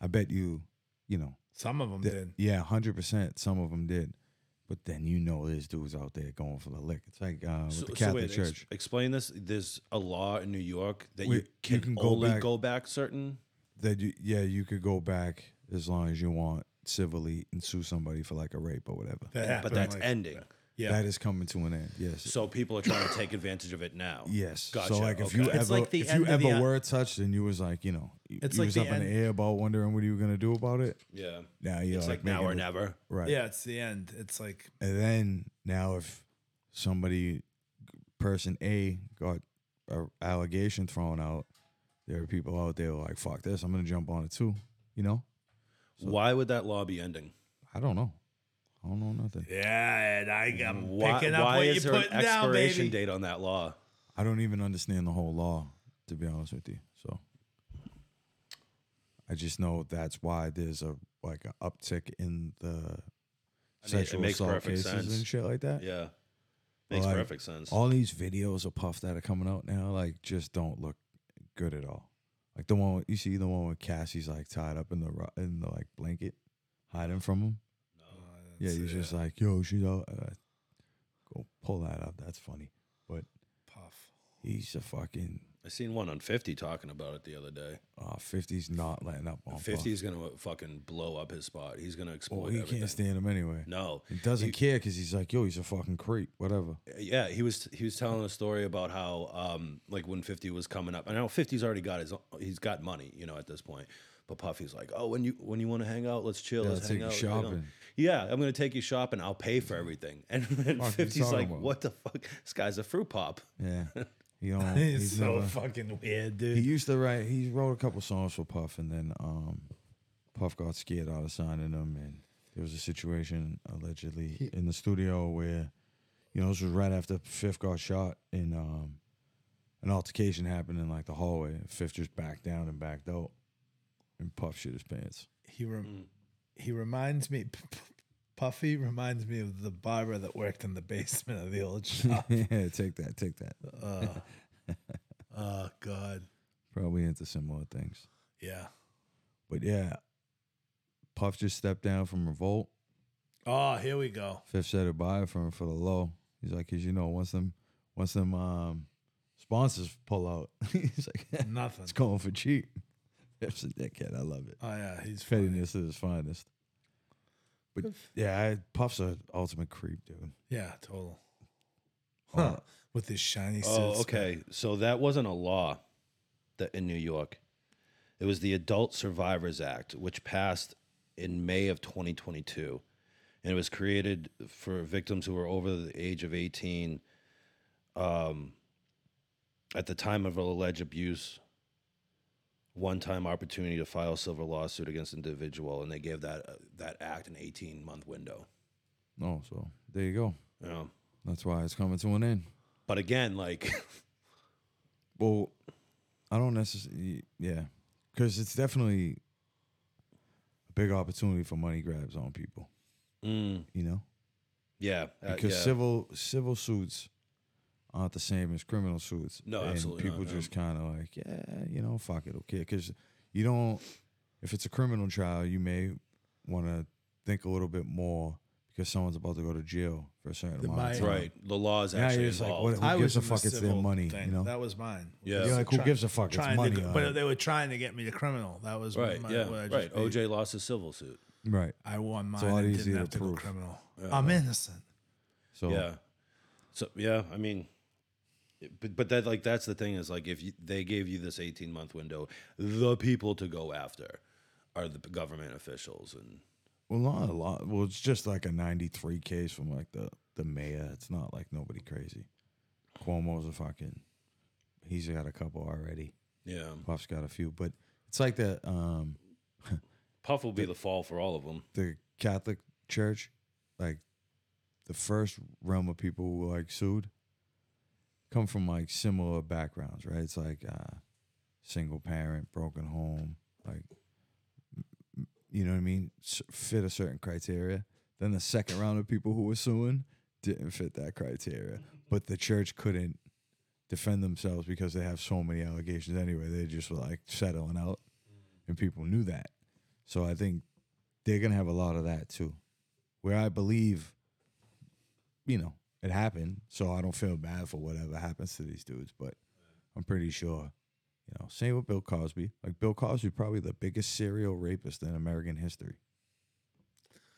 Speaker 1: I bet you, you know,
Speaker 3: Some of them
Speaker 1: that-
Speaker 3: did.
Speaker 1: yeah, hundred percent. Some of them did, but then you know, there's dudes out there going for the lick. It's like uh, with the Catholic
Speaker 4: ex-
Speaker 1: Church.
Speaker 4: explain this. There's a law in New York that
Speaker 1: Wait,
Speaker 4: you
Speaker 1: you
Speaker 4: can,
Speaker 1: can go
Speaker 4: only
Speaker 1: back-
Speaker 4: go back certain.
Speaker 1: that you, yeah, you could go back as long as you want civilly and sue somebody for like a rape or whatever.
Speaker 3: That
Speaker 4: but
Speaker 3: happened,
Speaker 4: that's
Speaker 3: like-
Speaker 4: ending.
Speaker 3: Yeah.
Speaker 1: That is coming to an end. Yes.
Speaker 4: So people are trying to take advantage of it now.
Speaker 1: Yes.
Speaker 4: Gotcha,
Speaker 1: So like if
Speaker 4: okay.
Speaker 1: you
Speaker 4: It's
Speaker 1: ever
Speaker 4: like the
Speaker 1: if you
Speaker 4: end of
Speaker 1: ever
Speaker 4: the en-
Speaker 1: were touched and you was like, you know, you,
Speaker 3: It's
Speaker 1: you
Speaker 3: like
Speaker 1: was
Speaker 3: the
Speaker 1: up in
Speaker 3: end-
Speaker 1: the air about wondering what you were gonna do about it.
Speaker 4: Yeah.
Speaker 1: Now you're
Speaker 4: It's like,
Speaker 1: making
Speaker 4: now
Speaker 1: the-
Speaker 4: or never.
Speaker 1: Right.
Speaker 3: Yeah, it's the end. It's like,
Speaker 1: And then now if somebody person A got a allegation thrown out, there are people out there like, fuck this, I'm gonna jump on it too. You know?
Speaker 4: Why would that law be ending?
Speaker 1: I don't know. I don't know nothing.
Speaker 3: yeah, and I got
Speaker 4: Why,
Speaker 3: Mm. picking up
Speaker 4: why
Speaker 3: what
Speaker 4: is
Speaker 3: you're
Speaker 4: there an
Speaker 3: putting down,
Speaker 4: expiration
Speaker 3: baby.
Speaker 4: date on that law?
Speaker 1: I don't even understand the whole law, to be honest with you. So I just know that's why there's a like an uptick in the
Speaker 4: it
Speaker 1: sexual
Speaker 4: makes
Speaker 1: assault
Speaker 4: perfect
Speaker 1: cases
Speaker 4: sense.
Speaker 1: and shit like that.
Speaker 4: Yeah. Makes
Speaker 1: Like,
Speaker 4: perfect sense.
Speaker 1: All these videos of Puff that are coming out now, like just don't look good at all. Like the one you see, the one with Cassie's like tied up in the ru- in the like blanket, hiding from him. Yeah, he's just like, yo, she's out. Uh, go pull that up. That's funny. But
Speaker 3: Puff.
Speaker 1: he's a fucking
Speaker 4: I seen one on 50 talking about it the other day.
Speaker 1: uh, 50's not letting up on
Speaker 4: 50
Speaker 1: Puff.
Speaker 4: is going to fucking blow up his spot. He's going to exploit
Speaker 1: Oh, Well, he
Speaker 4: everything.
Speaker 1: can't stand him anyway.
Speaker 4: no.
Speaker 1: He doesn't
Speaker 4: He-
Speaker 1: care because he's like, yo, he's a fucking creep. Whatever.
Speaker 4: Yeah, he was he was telling a story about how um like when 50 was coming up. I know 50's already got his he's got money, you know, at this point. But Puffy's like, "Oh, when you when you want to hang out, let's chill,
Speaker 1: Yeah,
Speaker 4: let's
Speaker 1: take
Speaker 4: hang out."
Speaker 1: you
Speaker 4: know.
Speaker 1: shopping.
Speaker 4: Yeah, I'm going to take you shopping. I'll pay for everything. And then
Speaker 1: Fuck you
Speaker 4: 50's
Speaker 1: talking
Speaker 4: like,
Speaker 1: about?
Speaker 4: "What the fuck? This guy's a fruit pop."
Speaker 1: Yeah. He don't,
Speaker 3: It's
Speaker 1: he's
Speaker 3: so
Speaker 1: never-
Speaker 3: fucking weird, dude.
Speaker 1: He used to write. He wrote a couple songs for Puff, and then um, Puff got scared out of signing him, and there was a situation allegedly in the studio where, you know, this was right after Fifth got shot, and um, an altercation happened in like the hallway. Fifth just backed down and backed out, and Puff shit his pants.
Speaker 3: he rem- he reminds me P- P- puffy reminds me of the barber that worked in the basement of the old shop
Speaker 1: yeah, take that, take that.
Speaker 3: oh god
Speaker 1: Probably into similar things,
Speaker 3: yeah
Speaker 1: but yeah, Puff just stepped down from Revolt.
Speaker 3: oh here we go
Speaker 1: Fifth said goodbye for for the low. He's like, cause you know, once them once them um sponsors pull out, he's like,
Speaker 3: nothing
Speaker 1: it's going for cheap. Fifth's a dickhead. I love it.
Speaker 3: oh yeah he's funny.
Speaker 1: Pettiness at his finest. But yeah, I, Puff's an ultimate creep, dude.
Speaker 3: yeah total huh. with his shiny
Speaker 4: Oh,
Speaker 3: suits,
Speaker 4: okay. So that wasn't a law that in New York. It was the Adult Survivors Act, which passed in May of 2022. And it was created for victims who were over the age of 18 um, at the time of alleged abuse. One time opportunity to file a civil lawsuit against an individual, and they gave that that act an 18 month window.
Speaker 1: No, Oh, so there you go.
Speaker 4: You know?
Speaker 1: That's why it's coming to an end.
Speaker 4: But again, like,
Speaker 1: Well, I don't necessarily, yeah, because it's definitely a big opportunity for money grabs on people.
Speaker 4: mm,
Speaker 1: You know.
Speaker 4: yeah, uh,
Speaker 1: because
Speaker 4: yeah.
Speaker 1: civil civil suits aren't the same as criminal suits.
Speaker 4: No,
Speaker 1: and
Speaker 4: absolutely
Speaker 1: People
Speaker 4: not, no.
Speaker 1: just kind of like, yeah, you know, fuck it, okay, because you don't. If it's a criminal trial, you may want to think a little bit more because someone's about to go to jail for a certain
Speaker 3: The
Speaker 1: amount of
Speaker 3: my-
Speaker 1: time.
Speaker 4: Right. The law is
Speaker 1: Now
Speaker 4: actually
Speaker 1: you're just like,
Speaker 4: involved.
Speaker 1: Who
Speaker 3: I
Speaker 1: gives
Speaker 3: was
Speaker 1: a
Speaker 3: in the
Speaker 1: fuck? It's their
Speaker 3: civil
Speaker 1: money,
Speaker 3: thing.
Speaker 1: you know?
Speaker 3: that was mine
Speaker 4: Yeah.
Speaker 1: You're like, who
Speaker 3: Try-
Speaker 1: gives a fuck? It's
Speaker 3: trying to
Speaker 1: money,
Speaker 3: go-
Speaker 1: all
Speaker 3: but
Speaker 1: right.
Speaker 3: they were trying to get me to criminal that was
Speaker 4: right.
Speaker 3: my,
Speaker 4: yeah.
Speaker 3: what I just
Speaker 4: Right.
Speaker 3: made.
Speaker 4: OJ lost his civil suit.
Speaker 1: Right.
Speaker 3: I won mine
Speaker 1: a lot
Speaker 3: and
Speaker 1: easier
Speaker 3: didn't
Speaker 1: to
Speaker 3: have to go
Speaker 1: prove.
Speaker 3: criminal I'm innocent
Speaker 1: So
Speaker 4: Yeah. So yeah, I mean, it- but but that like that's the thing is like if you, they gave you this eighteen month window, the people to go after are the government officials and
Speaker 1: Well, not a lot. Well, it's just like a '93 case from like the the mayor. It's not like nobody crazy. Cuomo's a fucking. He's got a couple already.
Speaker 4: yeah,
Speaker 1: Puff's got a few, but it's like the um
Speaker 4: Puff will be the fall for all of them.
Speaker 1: the Catholic Church, like the first realm of people who like sued come from like similar backgrounds, right? It's like uh single parent, broken home, like m- m- you know what I mean? S- fit a certain criteria. Then the second round of people who were suing didn't fit that criteria. But the church couldn't defend themselves because they have so many allegations anyway. They just were like settling out, and people knew that. So I think they're gonna have a lot of that too, where I believe, you know, it happened. So I don't feel bad for whatever happens to these dudes, but I'm pretty sure. You know, same with Bill Cosby. Like Bill Cosby, probably the biggest serial rapist in American history.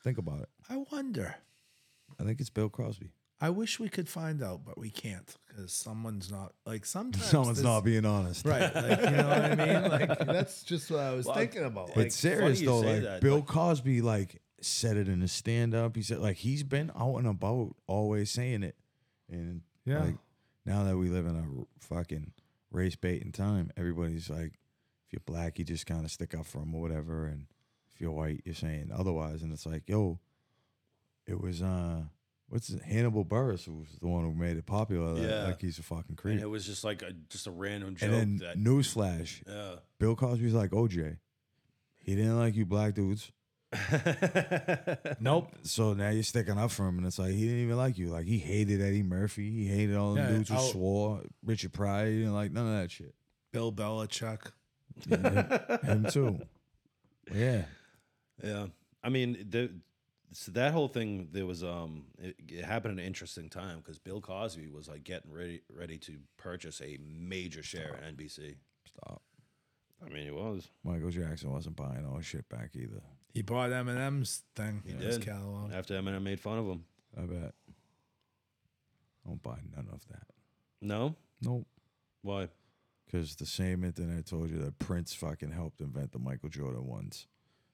Speaker 1: Think about it.
Speaker 3: I wonder.
Speaker 1: I think it's Bill Crosby.
Speaker 3: I wish we could find out, but we can't because someone's not like sometimes
Speaker 1: Someone's
Speaker 3: this-
Speaker 1: not being honest.
Speaker 3: right. Like, you know what I mean? Like that's just what I was
Speaker 4: Well,
Speaker 3: thinking about.
Speaker 1: But
Speaker 3: Like,
Speaker 1: serious
Speaker 4: funny you
Speaker 1: though,
Speaker 4: say
Speaker 1: like
Speaker 4: that,
Speaker 1: Bill
Speaker 4: like-
Speaker 1: Cosby, like said it in his stand up. He said like he's been out and about, always saying it. And
Speaker 3: Yeah.
Speaker 1: like, now that we live in a r- fucking race baiting time, everybody's like, if you're black, you just kind of stick up for them or whatever, and if you're white, you're saying otherwise. And it's like, yo, it was uh, what's it, Hannibal Burris who's the one who made it popular. Like,
Speaker 4: Yeah.
Speaker 1: like he's a fucking creep.
Speaker 4: And it was just like a, just a random joke
Speaker 1: And then
Speaker 4: that.
Speaker 1: newsflash,
Speaker 4: Yeah.
Speaker 1: Bill Cosby's like OJ. He didn't like you black dudes.
Speaker 3: nope.
Speaker 1: So now you're sticking up for him, and it's like he didn't even like you. Like he hated Eddie Murphy. He hated all the
Speaker 3: Yeah,
Speaker 1: dudes who
Speaker 3: I'll-
Speaker 1: swore. Richard Pryor he didn't like none of that shit.
Speaker 3: Bill Belichick.
Speaker 1: Him too. Yeah,
Speaker 4: Yeah, I mean the so that whole thing. There was um, it, it happened at an interesting time because Bill Cosby was like getting ready ready to purchase a major share in NBC.
Speaker 1: stop.
Speaker 4: I mean, it was.
Speaker 1: Michael Jackson wasn't buying all his shit back either.
Speaker 3: He bought M and M's thing. He His
Speaker 4: did.
Speaker 3: catalog.
Speaker 4: After Eminem made fun of him,
Speaker 1: I bet. Don't buy none of that.
Speaker 4: no,
Speaker 1: Nope.
Speaker 4: why?
Speaker 1: Because the same internet told you that Prince fucking helped invent the Michael Jordan ones.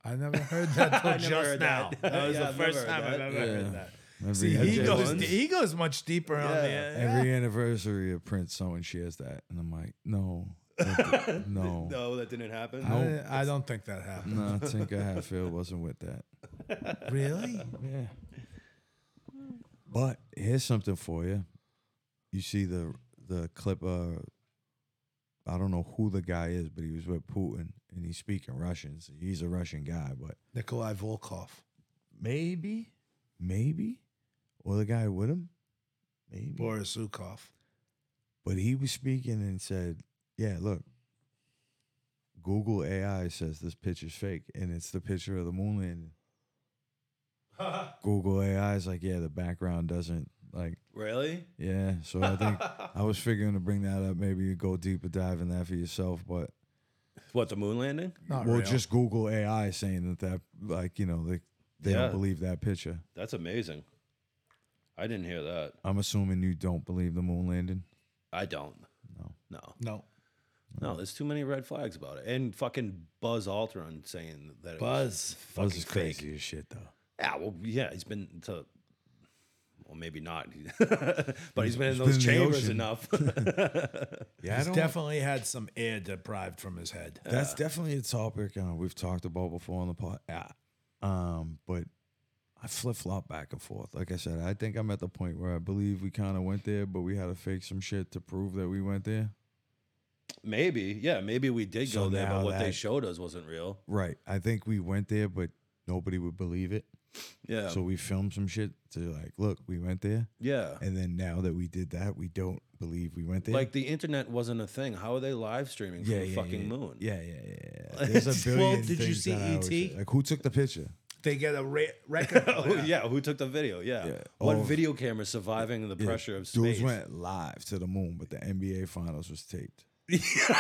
Speaker 3: I never heard that till
Speaker 4: never
Speaker 3: just
Speaker 4: heard
Speaker 3: now.
Speaker 4: that.
Speaker 3: That, was
Speaker 4: Yeah,
Speaker 3: the
Speaker 4: I've never
Speaker 3: first
Speaker 4: heard
Speaker 3: time I've
Speaker 4: that.
Speaker 3: ever heard that.
Speaker 1: Every
Speaker 3: See, he
Speaker 1: internet-
Speaker 3: goes
Speaker 4: ones.
Speaker 3: he goes much deeper on the
Speaker 1: Every anniversary of Prince, someone shares that, and I'm like, no, that- no, no.
Speaker 4: No, that didn't happen.
Speaker 1: Nope.
Speaker 3: I, I don't think that happened.
Speaker 1: Nah, Tinker Hatfield wasn't with that.
Speaker 3: Really?
Speaker 1: Yeah. But here's something for you. You see the the clip. Uh, I don't know who the guy is, but he was with Putin, and he's speaking Russian. So he's a Russian guy, but
Speaker 3: Nikolai Volkov.
Speaker 1: maybe, maybe, or the guy with him, maybe.
Speaker 3: Boris Zukov.
Speaker 1: But he was speaking and said, "Yeah, look, Google AI says this picture's fake, and it's the picture of the moon landing." Google AI is like, "Yeah, the background doesn't like,
Speaker 4: really?
Speaker 1: yeah." So I think I was figuring to bring that up. Maybe you go deeper dive in that for yourself, but
Speaker 4: What the moon landing?
Speaker 3: Not
Speaker 1: well,
Speaker 3: real.
Speaker 1: just Google AI saying that that like you know they they
Speaker 4: Yeah.
Speaker 1: don't believe that picture.
Speaker 4: That's amazing. I didn't hear that.
Speaker 1: I'm assuming you don't believe the moon landing.
Speaker 4: I don't.
Speaker 1: No.
Speaker 4: No.
Speaker 3: no.
Speaker 4: No, there's too many red flags about it. And fucking Buzz Aldrin saying that it
Speaker 3: Buzz.
Speaker 4: was fucking
Speaker 1: This is
Speaker 4: fake.
Speaker 1: crazy as shit though.
Speaker 4: Yeah, well, yeah, he's been to, well, maybe not, but he's been
Speaker 1: He's been
Speaker 4: in those
Speaker 1: in the
Speaker 4: chambers
Speaker 1: ocean.
Speaker 4: enough.
Speaker 1: Yeah,
Speaker 3: He's definitely had some air deprived from his head.
Speaker 1: That's definitely a topic uh, we've talked about before on the pod. Yeah. Um, but I flip flop back and forth. Like I said, I think I'm at the point where I believe we kind of went there, but we had to fake some shit to prove that we went there.
Speaker 4: maybe, yeah, maybe we did
Speaker 1: So
Speaker 4: go there,
Speaker 1: now
Speaker 4: but what they
Speaker 1: that-
Speaker 4: showed us wasn't real.
Speaker 1: Right. I think we went there, but nobody would believe it.
Speaker 4: Yeah,
Speaker 1: So we filmed some shit to like, look, we went there.
Speaker 4: yeah.
Speaker 1: And then now that we did that, we don't believe we went there.
Speaker 4: Like the internet wasn't a thing. How are they live streaming from the fucking
Speaker 1: yeah.
Speaker 4: moon?
Speaker 1: Yeah, yeah, yeah. yeah. There's a
Speaker 3: Well,
Speaker 1: billion.
Speaker 3: did you
Speaker 1: things
Speaker 3: see
Speaker 1: that I always
Speaker 3: ET?
Speaker 1: say. Like, who took the picture?
Speaker 3: They get a re- record.
Speaker 4: Oh, yeah. Who took the video? Yeah.
Speaker 1: Yeah.
Speaker 4: What
Speaker 1: Oh.
Speaker 4: video camera surviving the
Speaker 1: Yeah,
Speaker 4: pressure of
Speaker 1: Dudes
Speaker 4: space?
Speaker 1: went live to the moon, but the NBA finals was taped.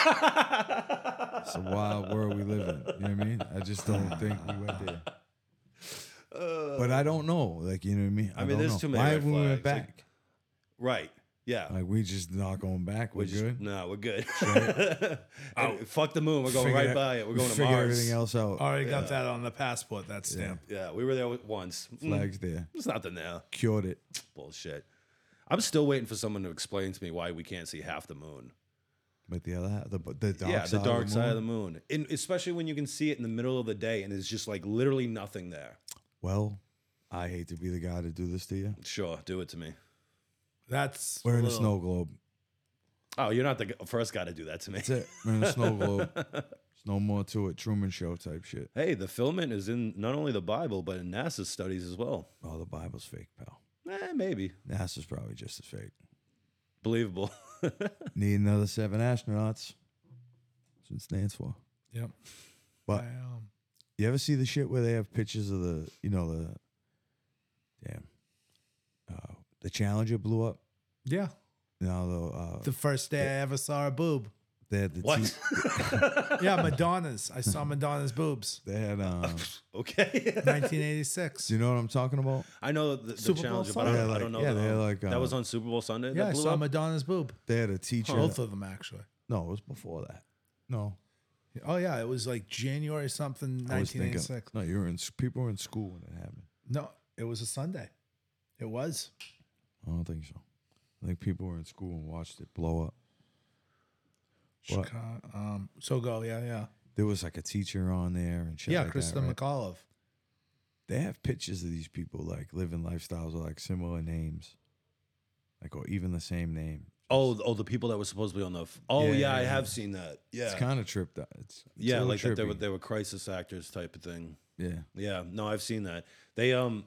Speaker 1: it's a wild world we live in. You know what I mean? I just don't think we went there. but I don't know. Like, you know what I mean?
Speaker 4: I mean,
Speaker 1: don't
Speaker 4: there's
Speaker 1: know.
Speaker 4: too many
Speaker 1: Why
Speaker 4: red
Speaker 1: we went
Speaker 4: flags, like-
Speaker 1: back?
Speaker 4: Right. Yeah.
Speaker 1: Like, we just not going back. We're
Speaker 4: we just,
Speaker 1: good.
Speaker 4: no, we're good. And Fuck the moon. We're going
Speaker 1: Figure
Speaker 4: right
Speaker 1: it-
Speaker 4: by it. We're going to
Speaker 1: figure
Speaker 4: Mars.
Speaker 1: everything else out.
Speaker 3: Already got that on the passport, that stamp.
Speaker 4: Yeah, we were there once. Mm,
Speaker 1: Flags there.
Speaker 4: There's nothing there.
Speaker 1: Cured it.
Speaker 4: Bullshit. I'm still waiting for someone to explain to me why we can't see half the moon.
Speaker 1: But the other half, the, the dark
Speaker 4: yeah,
Speaker 1: side
Speaker 4: the
Speaker 1: of
Speaker 4: dark
Speaker 1: the
Speaker 4: side
Speaker 1: moon?
Speaker 4: of the moon. And especially when you can see it in the middle of the day and there's just like literally nothing there.
Speaker 1: Well, I hate to be the guy to do this to you.
Speaker 4: Sure, do it to me.
Speaker 3: That's
Speaker 1: We're in a
Speaker 3: little-
Speaker 1: snow globe.
Speaker 4: Oh, you're not the g- first guy to do that to me.
Speaker 1: That's it. We're in a snow globe. There's no more to it. Truman Show type shit.
Speaker 4: Hey, the filament is in not only the Bible, but in NASA studies as well.
Speaker 1: Oh, the Bible's fake, pal.
Speaker 4: Eh, Eh, maybe.
Speaker 1: That's just probably just as fake.
Speaker 4: Believable.
Speaker 1: Need another seven astronauts. That's what it stands for.
Speaker 3: Yep.
Speaker 1: But-
Speaker 3: I, um,
Speaker 1: You ever see the shit where they have pictures of the, you know, the, damn, uh, the Challenger blew up.
Speaker 3: yeah.
Speaker 1: Now the, uh,
Speaker 3: The first day I ever saw a boob.
Speaker 1: they had the T-
Speaker 4: what?
Speaker 3: Yeah, Madonna's. I saw Madonna's boobs.
Speaker 1: they had um,
Speaker 4: okay.
Speaker 3: 1986.
Speaker 1: do you know what I'm talking about?
Speaker 4: I know the, the
Speaker 3: Super Bowl
Speaker 4: challenge, but I
Speaker 1: Sunday.
Speaker 4: don't,
Speaker 1: Yeah,
Speaker 4: I
Speaker 1: like-
Speaker 4: don't know.
Speaker 1: yeah,
Speaker 4: the-
Speaker 1: they're like,
Speaker 4: that was
Speaker 1: uh,
Speaker 4: on Super Bowl Sunday. that
Speaker 3: Yeah, I
Speaker 4: blew
Speaker 3: saw
Speaker 4: up?
Speaker 3: Madonna's boob.
Speaker 1: They had a teacher.
Speaker 3: Both of them actually.
Speaker 1: No, it was before that. No,
Speaker 3: Oh yeah, it was like January something,
Speaker 1: I was thinking.
Speaker 3: 1986.
Speaker 1: No, you were in s- people were in school when it happened.
Speaker 3: No, it was a Sunday. It was.
Speaker 1: I don't think so. I think people were in school and watched it blow up. What?
Speaker 3: Chicago. Um, so go, yeah, yeah,
Speaker 1: There was like a teacher on there and shit.
Speaker 3: yeah.
Speaker 1: like
Speaker 3: Krista
Speaker 1: that, right?
Speaker 3: McAuliffe.
Speaker 1: They have pictures of these people like living lifestyles with like similar names, like or even the same name.
Speaker 4: Oh, th- oh, the people that were supposed to be on the. F- oh yeah, I
Speaker 1: Yeah.
Speaker 4: have seen that. Yeah,
Speaker 1: It's kind of tripped out. It's, it's
Speaker 4: yeah,
Speaker 1: a little
Speaker 4: like that they were
Speaker 1: trippy.
Speaker 4: they were crisis actors type of thing.
Speaker 1: Yeah,
Speaker 4: Yeah, no, I've seen that. They um,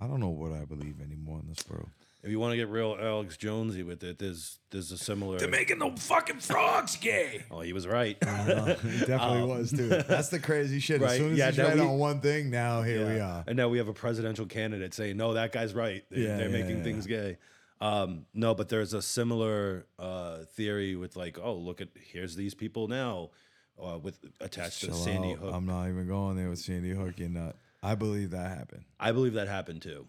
Speaker 1: I don't know what I believe anymore in this world.
Speaker 4: if you want to get real Alex Jonesy with it, there's there's a similar.
Speaker 1: making the fucking frogs gay.
Speaker 4: oh, he was right.
Speaker 1: it definitely was too. That's the crazy shit.
Speaker 4: Um, right,
Speaker 1: As soon as
Speaker 4: yeah,
Speaker 1: he's
Speaker 4: that
Speaker 1: right
Speaker 4: we-
Speaker 1: on one thing, now here we
Speaker 4: Yeah.
Speaker 1: are.
Speaker 4: And now we have a presidential candidate saying, no, that guy's right. They- They're,
Speaker 1: Yeah, yeah,
Speaker 4: making
Speaker 1: yeah.
Speaker 4: things gay. Um, no, but there's a similar uh, theory with like, oh, look at here's these people now uh, with attached to
Speaker 1: Chill
Speaker 4: Sandy
Speaker 1: out. Um,
Speaker 4: Hook.
Speaker 1: I'm not even going there with Sandy Hook and uh, I believe that happened.
Speaker 4: I believe that happened too.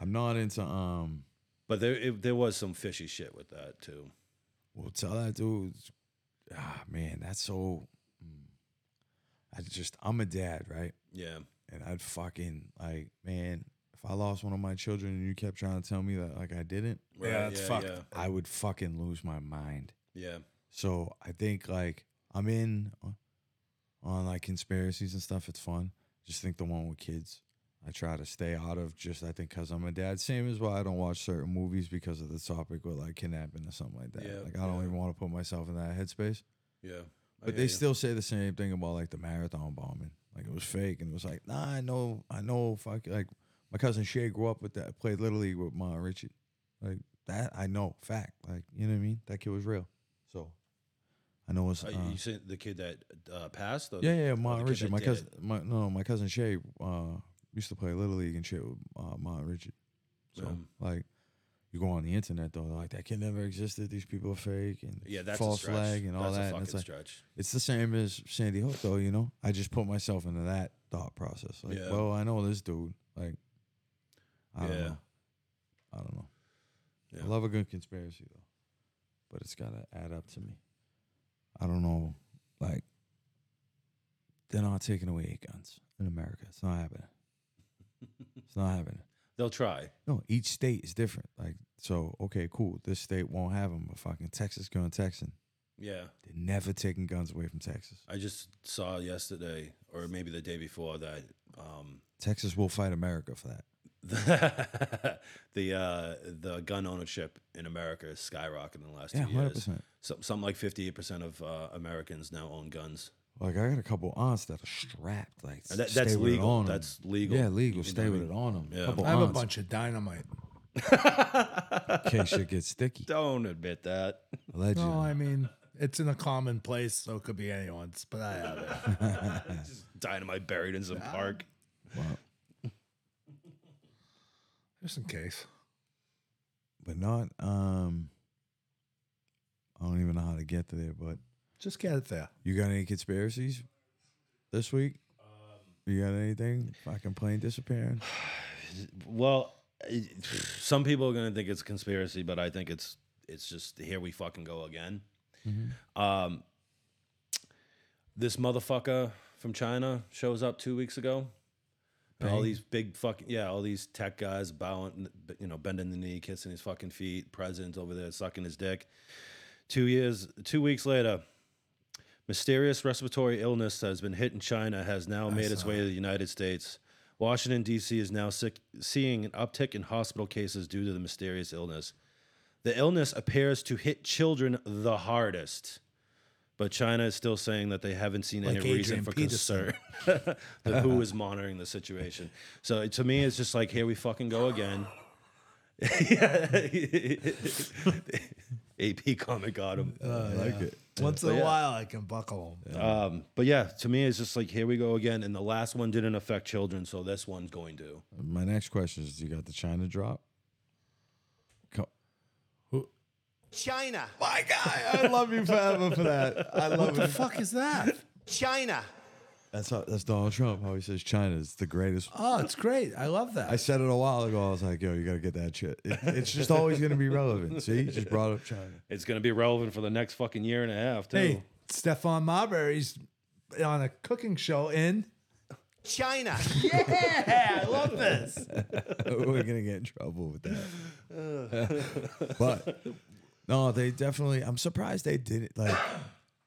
Speaker 1: I'm not into um
Speaker 4: But there it, there was some fishy shit with that too.
Speaker 1: Well, tell that dude. Ah, man, that's so. mm. I just, I'm a dad, right?
Speaker 4: Yeah.
Speaker 1: And I'd fucking like, man, if I lost one of my children and you kept trying to tell me that like I didn't,
Speaker 4: Right,
Speaker 3: Yeah, it's fucked.
Speaker 4: Yeah.
Speaker 1: I would fucking lose my mind.
Speaker 4: yeah.
Speaker 1: So I think like I'm in on, on like conspiracies and stuff. It's fun. Just think the one with kids. I try to stay out of just I think because I'm a dad. Same as why I don't watch certain movies because of the topic with like kidnapping or something like that.
Speaker 4: Yeah,
Speaker 1: like I don't
Speaker 4: yeah.
Speaker 1: even want to put myself in that headspace.
Speaker 4: Yeah. I
Speaker 1: But
Speaker 4: hear
Speaker 1: they
Speaker 4: you.
Speaker 1: still say the same thing about like the marathon bombing. Like it was fake and it was like, nah, I know, I know, fuck. Like my cousin Shay grew up with that, played Little League with Ma and Richie. Like that, I know, fact. Like, you know what I mean? That kid was real. So I know it's.
Speaker 4: Uh,
Speaker 1: Uh,
Speaker 4: you said the kid that uh, passed? Or the-
Speaker 1: yeah, yeah,
Speaker 4: or
Speaker 1: Ma
Speaker 4: the
Speaker 1: and
Speaker 4: kid
Speaker 1: Richie.
Speaker 4: that
Speaker 1: My
Speaker 4: did
Speaker 1: cousin,
Speaker 4: it?
Speaker 1: my, no, my cousin Shay uh, used to play Little League and shit with uh, Ma and Richie. So
Speaker 4: Um,
Speaker 1: like, you go on the internet though, they're like that kid never existed. These people are fake and
Speaker 4: Yeah, that's a
Speaker 1: false
Speaker 4: stretch.
Speaker 1: flag and all
Speaker 4: that's
Speaker 1: that.
Speaker 4: a
Speaker 1: and
Speaker 4: fucking
Speaker 1: it's like,
Speaker 4: stretch.
Speaker 1: it's the same as Sandy Hook, though. You know, I just put myself into that thought process. Like,
Speaker 4: Yeah.
Speaker 1: well, I know this dude. Like, I don't
Speaker 4: Yeah.
Speaker 1: know. I don't know.
Speaker 4: Yeah.
Speaker 1: I love a good conspiracy though, but it's gotta add up to me. I don't know. Like, they're not taking away eight guns in America. It's not happening. it's not happening.
Speaker 4: They'll try.
Speaker 1: No, each state is different. Like, so okay, cool. This state won't have them, but fucking Texas going Texan.
Speaker 4: Yeah.
Speaker 1: They're never taking guns away from Texas.
Speaker 4: I just saw yesterday, or maybe the day before, that um,
Speaker 1: Texas will fight America for that.
Speaker 4: the the, uh, the gun ownership in America is skyrocketing in the last
Speaker 1: Yeah,
Speaker 4: two years.
Speaker 1: hundred percent.
Speaker 4: Some, something like fifty eight percent of uh, Americans now own guns,
Speaker 1: Like I got a couple aunts that are strapped. Like
Speaker 4: and that,
Speaker 1: stay
Speaker 4: that's
Speaker 1: with it
Speaker 4: legal.
Speaker 1: on 'em.
Speaker 4: That's legal.
Speaker 1: Yeah, legal.
Speaker 4: You
Speaker 1: Stay
Speaker 4: know
Speaker 1: with
Speaker 4: what
Speaker 1: it on them.
Speaker 4: Yeah.
Speaker 1: Couple
Speaker 3: I have a
Speaker 1: aunts,
Speaker 3: bunch of dynamite.
Speaker 4: I mean?
Speaker 1: In case shit gets sticky.
Speaker 4: Don't admit that.
Speaker 1: Allegedly.
Speaker 3: No, I mean it's in a common place, so it could be anyone's. But I have it.
Speaker 4: Just dynamite buried in some
Speaker 1: Ah.
Speaker 4: park.
Speaker 1: Well,
Speaker 3: just in case.
Speaker 1: but not. Um, I don't even know how to get to there. But
Speaker 3: Just get it there.
Speaker 1: you got any conspiracies this week? You got anything? Fucking plane disappearing.
Speaker 4: Well, it- some people are going to think it's conspiracy, but I think it's it's just here we fucking go again. Um, this motherfucker from China shows up two weeks ago. And All these big fucking yeah, all these tech guys bowing, you know, bending the knee, kissing his fucking feet. President over there sucking his dick. Two years, two weeks later, mysterious respiratory illness that has been hitting China has now made its way to the United States. Washington D.C. is now sick, seeing an uptick in hospital cases due to the mysterious illness. The illness appears to hit children the hardest, but China is still saying that they haven't seen
Speaker 3: Like
Speaker 4: any reason
Speaker 3: Adrian
Speaker 4: for
Speaker 3: Peterson.
Speaker 4: concern. the, who is monitoring the situation? So to me, it's just like here we fucking go again. AP comic got him.
Speaker 3: Uh,
Speaker 1: I like it.
Speaker 3: Once in a while, I can buckle them.
Speaker 4: Um, but yeah, to me, it's just like here we go again. And the last one didn't affect children, so this one's going to.
Speaker 1: My next question is: You got the China drop? Co-
Speaker 5: China,
Speaker 1: My guy, I love you forever for that. I love
Speaker 3: What the fuck is that?
Speaker 5: China,
Speaker 1: That's how, that's Donald Trump. How he says China is the greatest.
Speaker 3: Oh, it's great. I love
Speaker 1: I
Speaker 3: that.
Speaker 1: said it a while ago. I was like, yo, you gotta get that shit. It, it's just always gonna be relevant. See, just brought up China.
Speaker 4: It's going to be relevant for the next fucking year and a half too.
Speaker 3: Hey, Stefan Marbury's on a cooking show in.
Speaker 5: China,
Speaker 3: Yeah, I love this.
Speaker 1: We're gonna get in trouble with that. but no, they definitely. I'm surprised they did it. Like,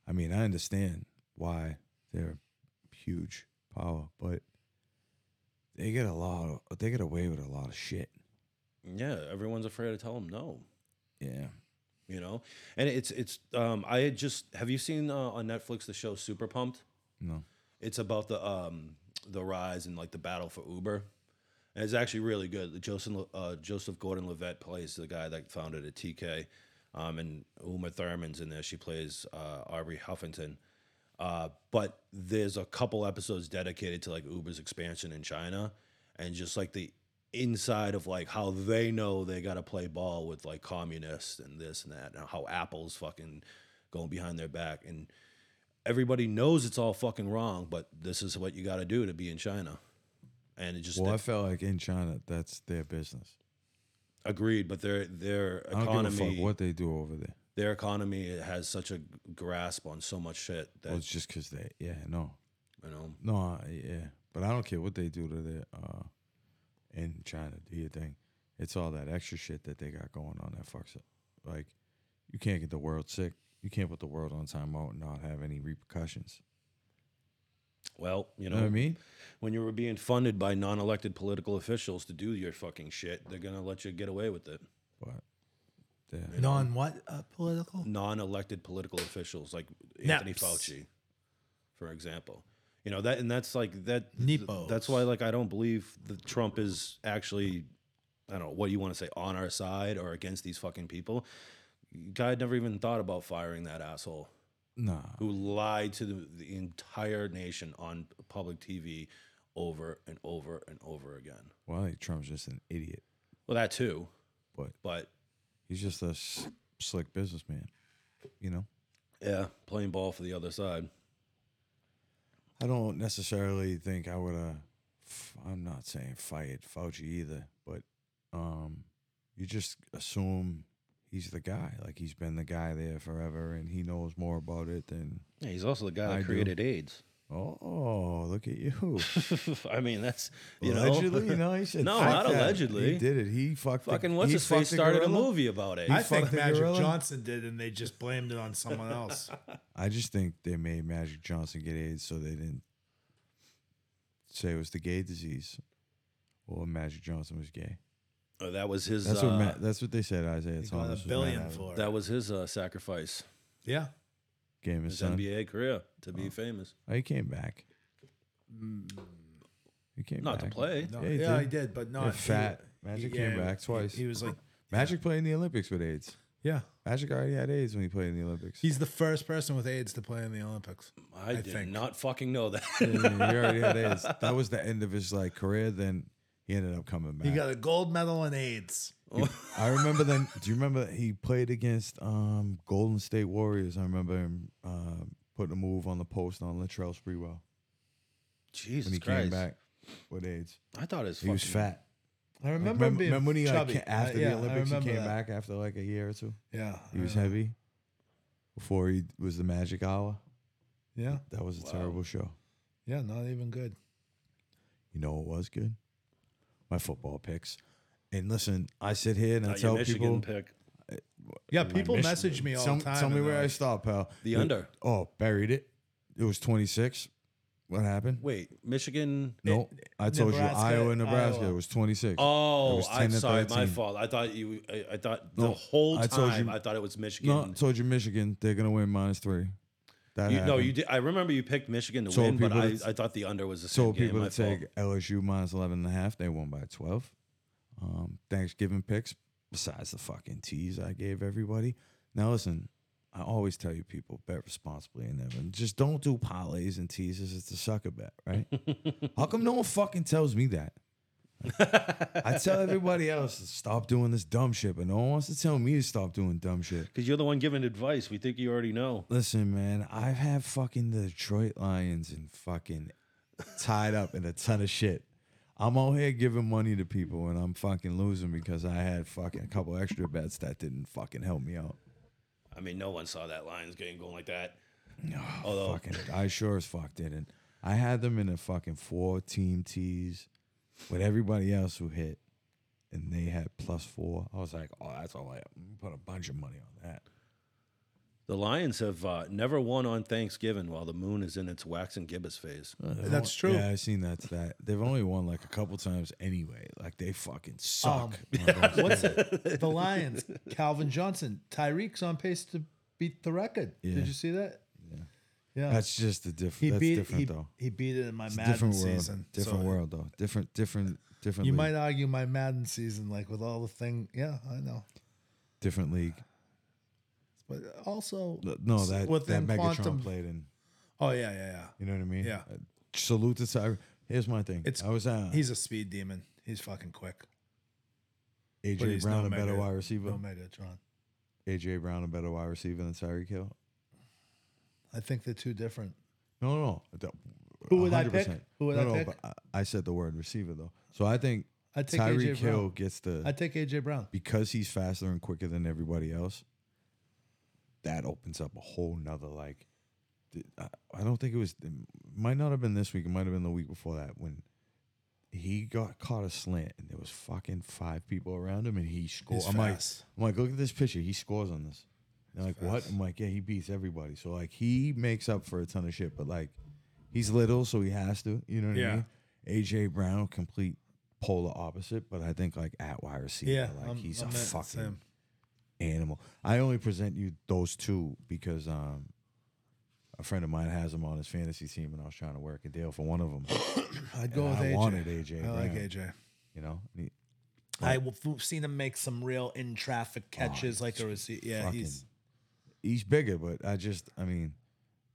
Speaker 1: I mean, I understand why they're a huge power, but they get a lot. Of, they get away with a lot of shit.
Speaker 4: Yeah, everyone's afraid to tell them no.
Speaker 1: Yeah.
Speaker 4: You know, and it's it's. Um, I had just have you seen uh, on Netflix the show Super Pumped?
Speaker 1: No.
Speaker 4: It's about the um the rise and like the battle for Uber, and it's actually really good. Joseph uh, Joseph Gordon Levitt plays the guy that founded a TK, um, and Uma Thurman's in there. She plays uh, Aubrey Huffington. Uh, but there's a couple episodes dedicated to like Uber's expansion in China, and just like the inside of like how they know they got to play ball with like communists and this and that, and how Apple's fucking going behind their back and everybody knows it's all fucking wrong, but this is what you got to do to be in China. And it just
Speaker 1: Well, I felt like in China, that's their business.
Speaker 4: agreed, but their their
Speaker 1: I don't give a
Speaker 4: economy
Speaker 1: fuck what they do over there.
Speaker 4: their economy has such a grasp on so much shit that
Speaker 1: Well, it's just because they. Yeah. No.
Speaker 4: you know.
Speaker 1: No. I- Yeah. But I don't care what they do to their uh, in China. Do your thing. It's all that extra shit that they got going on that fucks up. Like, you can't get the world sick. You can't put the world on timeout and not have any repercussions.
Speaker 4: Well, you
Speaker 1: You
Speaker 4: know,
Speaker 1: know what I mean?
Speaker 4: when you were being funded by non-elected political officials to do your fucking shit, they're gonna let you get away with it.
Speaker 1: But yeah,
Speaker 3: Non what uh, political?
Speaker 4: non-elected political officials like Anthony
Speaker 3: Naps.
Speaker 4: Fauci, for example. You know that, and that's like that.
Speaker 3: Nepos.
Speaker 4: That's why, like, I don't believe that Trump is actually, I don't know what do you want to say, on our side or against these fucking people. Guy never even thought about firing that asshole
Speaker 1: nah.
Speaker 4: who lied to the, the entire nation on public TV over and over and over again.
Speaker 1: Well, I think Trump's just an idiot,
Speaker 4: Well, that too,
Speaker 1: but
Speaker 4: but
Speaker 1: he's just a s- slick businessman. You know.
Speaker 4: yeah, playing ball for the other side.
Speaker 1: I don't necessarily think I would have. I'm not saying fired Fauci either, but um, you just assume he's the guy. Like he's been the guy there forever, and he knows more about it than.
Speaker 4: Yeah, he's also the guy
Speaker 1: I
Speaker 4: that
Speaker 1: do.
Speaker 4: created AIDS.
Speaker 1: Oh, look at you!
Speaker 4: I mean, that's you
Speaker 1: allegedly,
Speaker 4: know,
Speaker 1: you know, he said
Speaker 4: No,
Speaker 1: "Fuck
Speaker 4: not
Speaker 1: that."
Speaker 4: allegedly.
Speaker 1: He did it. He fucked. the-
Speaker 4: fucking
Speaker 1: he
Speaker 4: what's his face
Speaker 1: fucked the
Speaker 4: started a
Speaker 1: gorilla.
Speaker 4: movie about it.
Speaker 1: I
Speaker 3: I
Speaker 1: You think
Speaker 3: think
Speaker 1: fucked the
Speaker 3: Magic
Speaker 1: Magic gorilla?
Speaker 3: Johnson did, and they just blamed it on someone else.
Speaker 1: I just think they made Magic Johnson get AIDS so they didn't say it was the gay disease, or Magic Johnson was gay.
Speaker 4: Oh, that was his.
Speaker 1: That's
Speaker 4: uh,
Speaker 1: what Matt, that's what they said. Isaiah
Speaker 3: He got
Speaker 1: Thomas
Speaker 3: a
Speaker 1: was
Speaker 3: billion
Speaker 1: mad at him.
Speaker 3: for it.
Speaker 4: that was his uh, sacrifice.
Speaker 3: Yeah,
Speaker 1: Game his
Speaker 4: His
Speaker 1: son.
Speaker 4: NBA career to be famous,
Speaker 1: Oh, he came back. He came
Speaker 4: not to
Speaker 1: back.
Speaker 4: play.
Speaker 3: no,
Speaker 1: Yeah,
Speaker 3: yeah,
Speaker 1: he did.
Speaker 3: he did, but not
Speaker 1: Yeah, fat.
Speaker 3: he-
Speaker 1: Magic
Speaker 3: yeah,
Speaker 1: came back
Speaker 3: he-
Speaker 1: twice.
Speaker 3: He, was like,
Speaker 1: Magic played in the Olympics with AIDS.
Speaker 3: yeah,
Speaker 1: Magic already had AIDS when he played in the Olympics.
Speaker 3: he's the first person with AIDS to play in the Olympics.
Speaker 4: I, did
Speaker 3: think.
Speaker 4: not fucking know that.
Speaker 1: he already had AIDS. That was the end of his like career. Then he ended up coming back.
Speaker 3: He got a gold medal in AIDS.
Speaker 1: I remember then. Do you remember he played against um, Golden State Warriors? I remember him uh, putting a move on the post on Latrell Sprewell
Speaker 4: Jesus
Speaker 1: when he came
Speaker 4: Christ!
Speaker 1: back with AIDS.
Speaker 4: I thought his
Speaker 1: He was
Speaker 4: fucking-
Speaker 1: fat.
Speaker 3: I remember
Speaker 1: Remember,
Speaker 3: him being
Speaker 1: remember when he like,
Speaker 3: chubby.
Speaker 1: ca- after
Speaker 3: Uh, yeah, I
Speaker 1: the Olympics, he
Speaker 3: remember
Speaker 1: came
Speaker 3: that.
Speaker 1: back after like a year or two.
Speaker 3: Yeah,
Speaker 1: He
Speaker 3: I
Speaker 1: was
Speaker 3: remember.
Speaker 1: heavy before he was the Magic Hour.
Speaker 3: Yeah,
Speaker 1: That was a terrible show.
Speaker 3: yeah, not even good.
Speaker 1: You know what was good? My football picks. And listen, I sit here and I
Speaker 4: Not your
Speaker 1: tell
Speaker 4: Michigan
Speaker 1: people.
Speaker 4: pick.
Speaker 3: Yeah, people
Speaker 1: Mich-
Speaker 3: message me all
Speaker 1: tell,
Speaker 3: the time.
Speaker 1: Tell me
Speaker 3: and
Speaker 1: where
Speaker 3: they're
Speaker 1: I
Speaker 3: like,
Speaker 1: stopped, pal.
Speaker 4: The
Speaker 1: It-
Speaker 4: under.
Speaker 1: Oh, buried it. It was 26. What happened?
Speaker 4: Wait, Michigan.
Speaker 1: no, I told
Speaker 3: Nebraska,
Speaker 1: you Iowa, Nebraska.
Speaker 3: Iowa.
Speaker 1: It was 26.
Speaker 4: Oh,
Speaker 1: was
Speaker 4: I'm
Speaker 1: 10 to
Speaker 4: sorry, my
Speaker 1: 13.
Speaker 4: fault. I thought you. I, I thought the
Speaker 1: No,
Speaker 4: whole time
Speaker 1: I
Speaker 4: I,
Speaker 1: told you-
Speaker 4: thought it was Michigan.
Speaker 1: no, I told you Michigan. They're gonna win minus three. That
Speaker 4: you, no,
Speaker 1: happened.
Speaker 4: you did. I remember you picked Michigan to
Speaker 1: Told
Speaker 4: win, but
Speaker 1: people
Speaker 4: I,
Speaker 1: to-
Speaker 4: I thought the under was the same
Speaker 1: told
Speaker 4: game.
Speaker 1: people
Speaker 4: my
Speaker 1: to
Speaker 4: fault.
Speaker 1: take LSU minus 11 and a half. They won by 12. um, Thanksgiving picks, besides the fucking teas I gave everybody. Now, listen, I always tell you people bet responsibly and never. And just don't do parlays and teases. It's a sucker bet, right? How come no one fucking tells me that? I tell everybody else to stop doing this dumb shit, but no one wants to tell me to stop doing dumb shit.
Speaker 4: Because you're the one giving advice. We think you already know.
Speaker 1: Listen, man, I've had fucking the Detroit Lions and fucking tied up in a ton of shit. I'm out here giving money to people and I'm fucking losing because I had fucking a couple extra bets that didn't fucking help me out.
Speaker 4: I mean, no one saw that Lions game going like that.
Speaker 1: Although Oh, fucking, I sure as fuck didn't. I had them in a fucking four team tease with everybody else who hit, and they had plus four. I was like, oh, that's all I put a bunch of money on that.
Speaker 4: The Lions have uh, never won on Thanksgiving while the moon is in its wax and gibbous phase.
Speaker 3: That's true.
Speaker 1: Yeah, I've seen that's that. They've only won like a couple times anyway. Like they fucking
Speaker 3: Um,
Speaker 1: suck. when it goes
Speaker 3: What's
Speaker 1: down.
Speaker 3: it? The Lions, Calvin Johnson, Tyreek's on pace to beat the record.
Speaker 1: Yeah.
Speaker 3: Did you see that? Yeah. Yeah.
Speaker 1: That's just the diff-
Speaker 3: he
Speaker 1: that's
Speaker 3: beat
Speaker 1: different
Speaker 3: he,
Speaker 1: though.
Speaker 3: he beat it in my
Speaker 1: It's a
Speaker 3: Madden
Speaker 1: different world.
Speaker 3: season.
Speaker 1: Different
Speaker 3: so
Speaker 1: world though. Different different different
Speaker 3: You
Speaker 1: league.
Speaker 3: might argue my Madden season, like with all the thing. Yeah, I know.
Speaker 1: different league.
Speaker 3: But also,
Speaker 1: No,
Speaker 3: s-
Speaker 1: that that
Speaker 3: within
Speaker 1: Megatron
Speaker 3: quantum-
Speaker 1: played in.
Speaker 3: Oh yeah, yeah, yeah.
Speaker 1: You know what I mean?
Speaker 3: Yeah.
Speaker 1: Uh, salute to Tyre. Here's my thing.
Speaker 3: It's-
Speaker 1: I was uh,
Speaker 3: He's a speed demon. He's fucking quick. but
Speaker 1: AJ
Speaker 3: he's
Speaker 1: Brown
Speaker 3: no
Speaker 1: a better
Speaker 3: mega-
Speaker 1: wide receiver.
Speaker 3: No Megatron.
Speaker 1: AJ Brown a better wide receiver than Tyreek Hill.
Speaker 3: I think they're two different.
Speaker 1: No, no, no. The-
Speaker 3: Who would I pick?
Speaker 1: 100%.
Speaker 3: Who would
Speaker 1: no,
Speaker 3: I
Speaker 1: no,
Speaker 3: pick?
Speaker 1: but I, I said the word receiver though. So I think
Speaker 3: I take
Speaker 1: Tyreek
Speaker 3: AJ Brown.
Speaker 1: Hill gets the
Speaker 3: I take AJ Brown.
Speaker 1: because he's faster and quicker than everybody else, that opens up a whole nother like. th- I I don't think it was. It might not have been this week. It might have been the week before that when he got caught a slant and there was fucking five people around him and he scored.
Speaker 3: He's
Speaker 1: I'm like,
Speaker 3: fast.
Speaker 1: I'm like, look at this picture. He scores on this. And they're like what? I'm like, yeah, he beats everybody. So like he makes up for a ton of shit, but like he's little, so he has to. You know what I
Speaker 3: Yeah.
Speaker 1: mean? AJ Brown, complete polar opposite, but I think like at wide receiver,
Speaker 3: Yeah,
Speaker 1: like
Speaker 3: I'm-
Speaker 1: he's
Speaker 3: I'm
Speaker 1: a
Speaker 3: the
Speaker 1: fucking
Speaker 3: same.
Speaker 1: animal. I only present you those two because um, a friend of mine has him on his fantasy team, and I was trying to work a deal for one of them.
Speaker 3: I'd go
Speaker 1: And
Speaker 3: with
Speaker 1: I
Speaker 3: AJ.
Speaker 1: wanted AJ
Speaker 3: I like
Speaker 1: Brown.
Speaker 3: AJ.
Speaker 1: you know, And he-
Speaker 3: I will, we've seen him make some real in
Speaker 1: Oh,
Speaker 3: traffic catches, like a receipt. Yeah,
Speaker 1: fucking-
Speaker 3: he's
Speaker 1: he's bigger, but I just, I mean,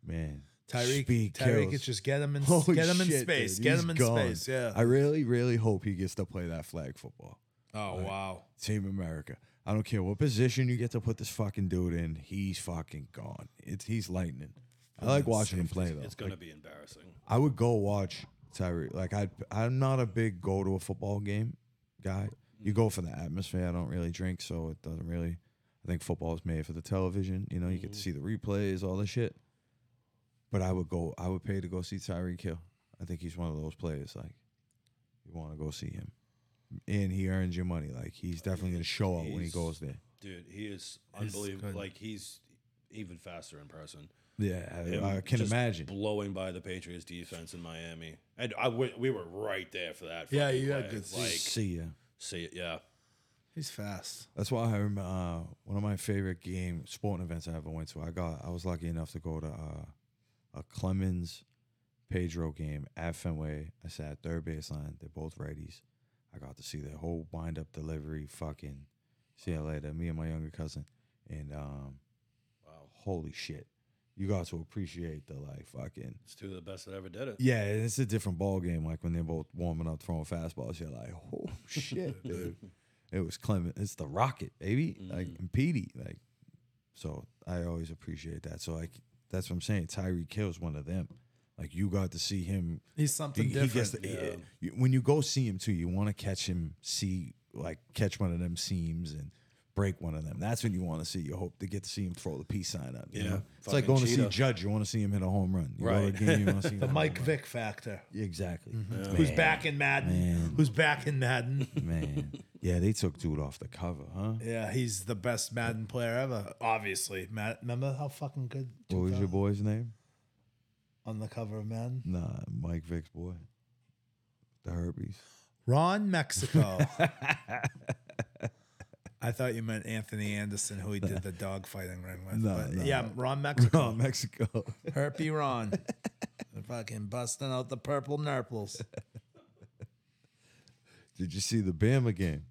Speaker 1: man,
Speaker 3: Tyreek.
Speaker 1: speed
Speaker 3: Tyreek
Speaker 1: kills.
Speaker 3: is just get him in,
Speaker 1: Holy
Speaker 3: get him in
Speaker 1: shit,
Speaker 3: space,
Speaker 1: dude,
Speaker 3: get
Speaker 1: he's
Speaker 3: him in
Speaker 1: gone.
Speaker 3: space. Yeah.
Speaker 1: I really, really hope he gets to play that flag football.
Speaker 3: oh wow.
Speaker 1: Team America. I don't care what position you get to put this fucking dude in. He's fucking gone. It's he's lightning. I like watching him play though.
Speaker 4: It's going to be embarrassing.
Speaker 1: I would go watch Tyree. Like I, I'm not a big go to a football game guy. You go for the atmosphere. I don't really drink, so it doesn't really. I think football is made for the television. You know, you get to see the replays, all this shit. But I would go. I would pay to go see Tyreek Hill. I think he's one of those players. Like you want to go see him, and he earns your money. Like he's definitely gonna show up when he
Speaker 4: He's-
Speaker 1: goes there.
Speaker 4: Dude, he is
Speaker 3: He's
Speaker 4: unbelievable.
Speaker 3: good.
Speaker 4: Like, he's even faster in person.
Speaker 1: Yeah,
Speaker 4: Him
Speaker 1: I, I can
Speaker 4: just
Speaker 1: imagine.
Speaker 4: blowing by the Patriots defense in Miami. And I w- we were right there for that.
Speaker 3: Yeah,
Speaker 4: fucking
Speaker 3: you had
Speaker 4: play.
Speaker 3: good
Speaker 4: like
Speaker 3: seats.
Speaker 1: see ya.
Speaker 4: see it. Yeah,
Speaker 3: He's fast.
Speaker 1: That's why I remember uh, one of my favorite game sporting events I ever went to. I got I was lucky enough to go to uh, a Clemens Pedro game at Fenway. I sat third baseline. They're both righties. I got to see their whole wind up delivery. Fucking see you later. Me and my younger cousin. And um, holy shit, you got to appreciate the like fucking
Speaker 4: it's two of the best that ever did it.
Speaker 1: yeah, it's a different ball game. Like when they're both warming up, throwing fastballs, you're like, oh shit, dude. it was Clement. It's the Rocket, baby. Like
Speaker 4: Mm.
Speaker 1: and Petey. Like, so I always appreciate that. So like, that's what I'm saying. Tyree kills one of them. Like you got to see him.
Speaker 3: He's something
Speaker 1: he eh, gets
Speaker 3: different.
Speaker 1: to- he- you- when you go see him too, you want to catch him. See like catch one of them seams and break one of them. That's when you want to see. You hope to get to see him throw the peace sign up. You
Speaker 4: Yeah,
Speaker 1: know? it's like
Speaker 4: fucking
Speaker 1: going to see
Speaker 4: cheetah.
Speaker 1: Judge. You want to see him hit a home run. You Go
Speaker 4: Right.
Speaker 1: to a game, you want to see him
Speaker 3: The
Speaker 1: hit a
Speaker 3: Mike
Speaker 1: home
Speaker 3: Vick factor.
Speaker 1: run. Exactly.
Speaker 3: Who's back in Madden?
Speaker 1: Man.
Speaker 3: Who's back in Madden?
Speaker 1: Man, yeah, they took dude off the cover, huh?
Speaker 3: yeah, he's the best Madden player ever. Obviously, Matt. Remember how fucking good
Speaker 1: What was your boy's name?
Speaker 3: on the cover of Madden?
Speaker 1: Nah, Mike Vick's boy, the Herpes.
Speaker 3: Ron Mexico. I thought you meant Anthony Anderson, who he did the dog fighting ring with.
Speaker 1: No,
Speaker 3: but
Speaker 1: no.
Speaker 3: Yeah, Ron Mexico.
Speaker 1: Oh, Mexico.
Speaker 3: Herpy Ron. fucking busting out the purple nurples.
Speaker 1: Did you see the Bama game?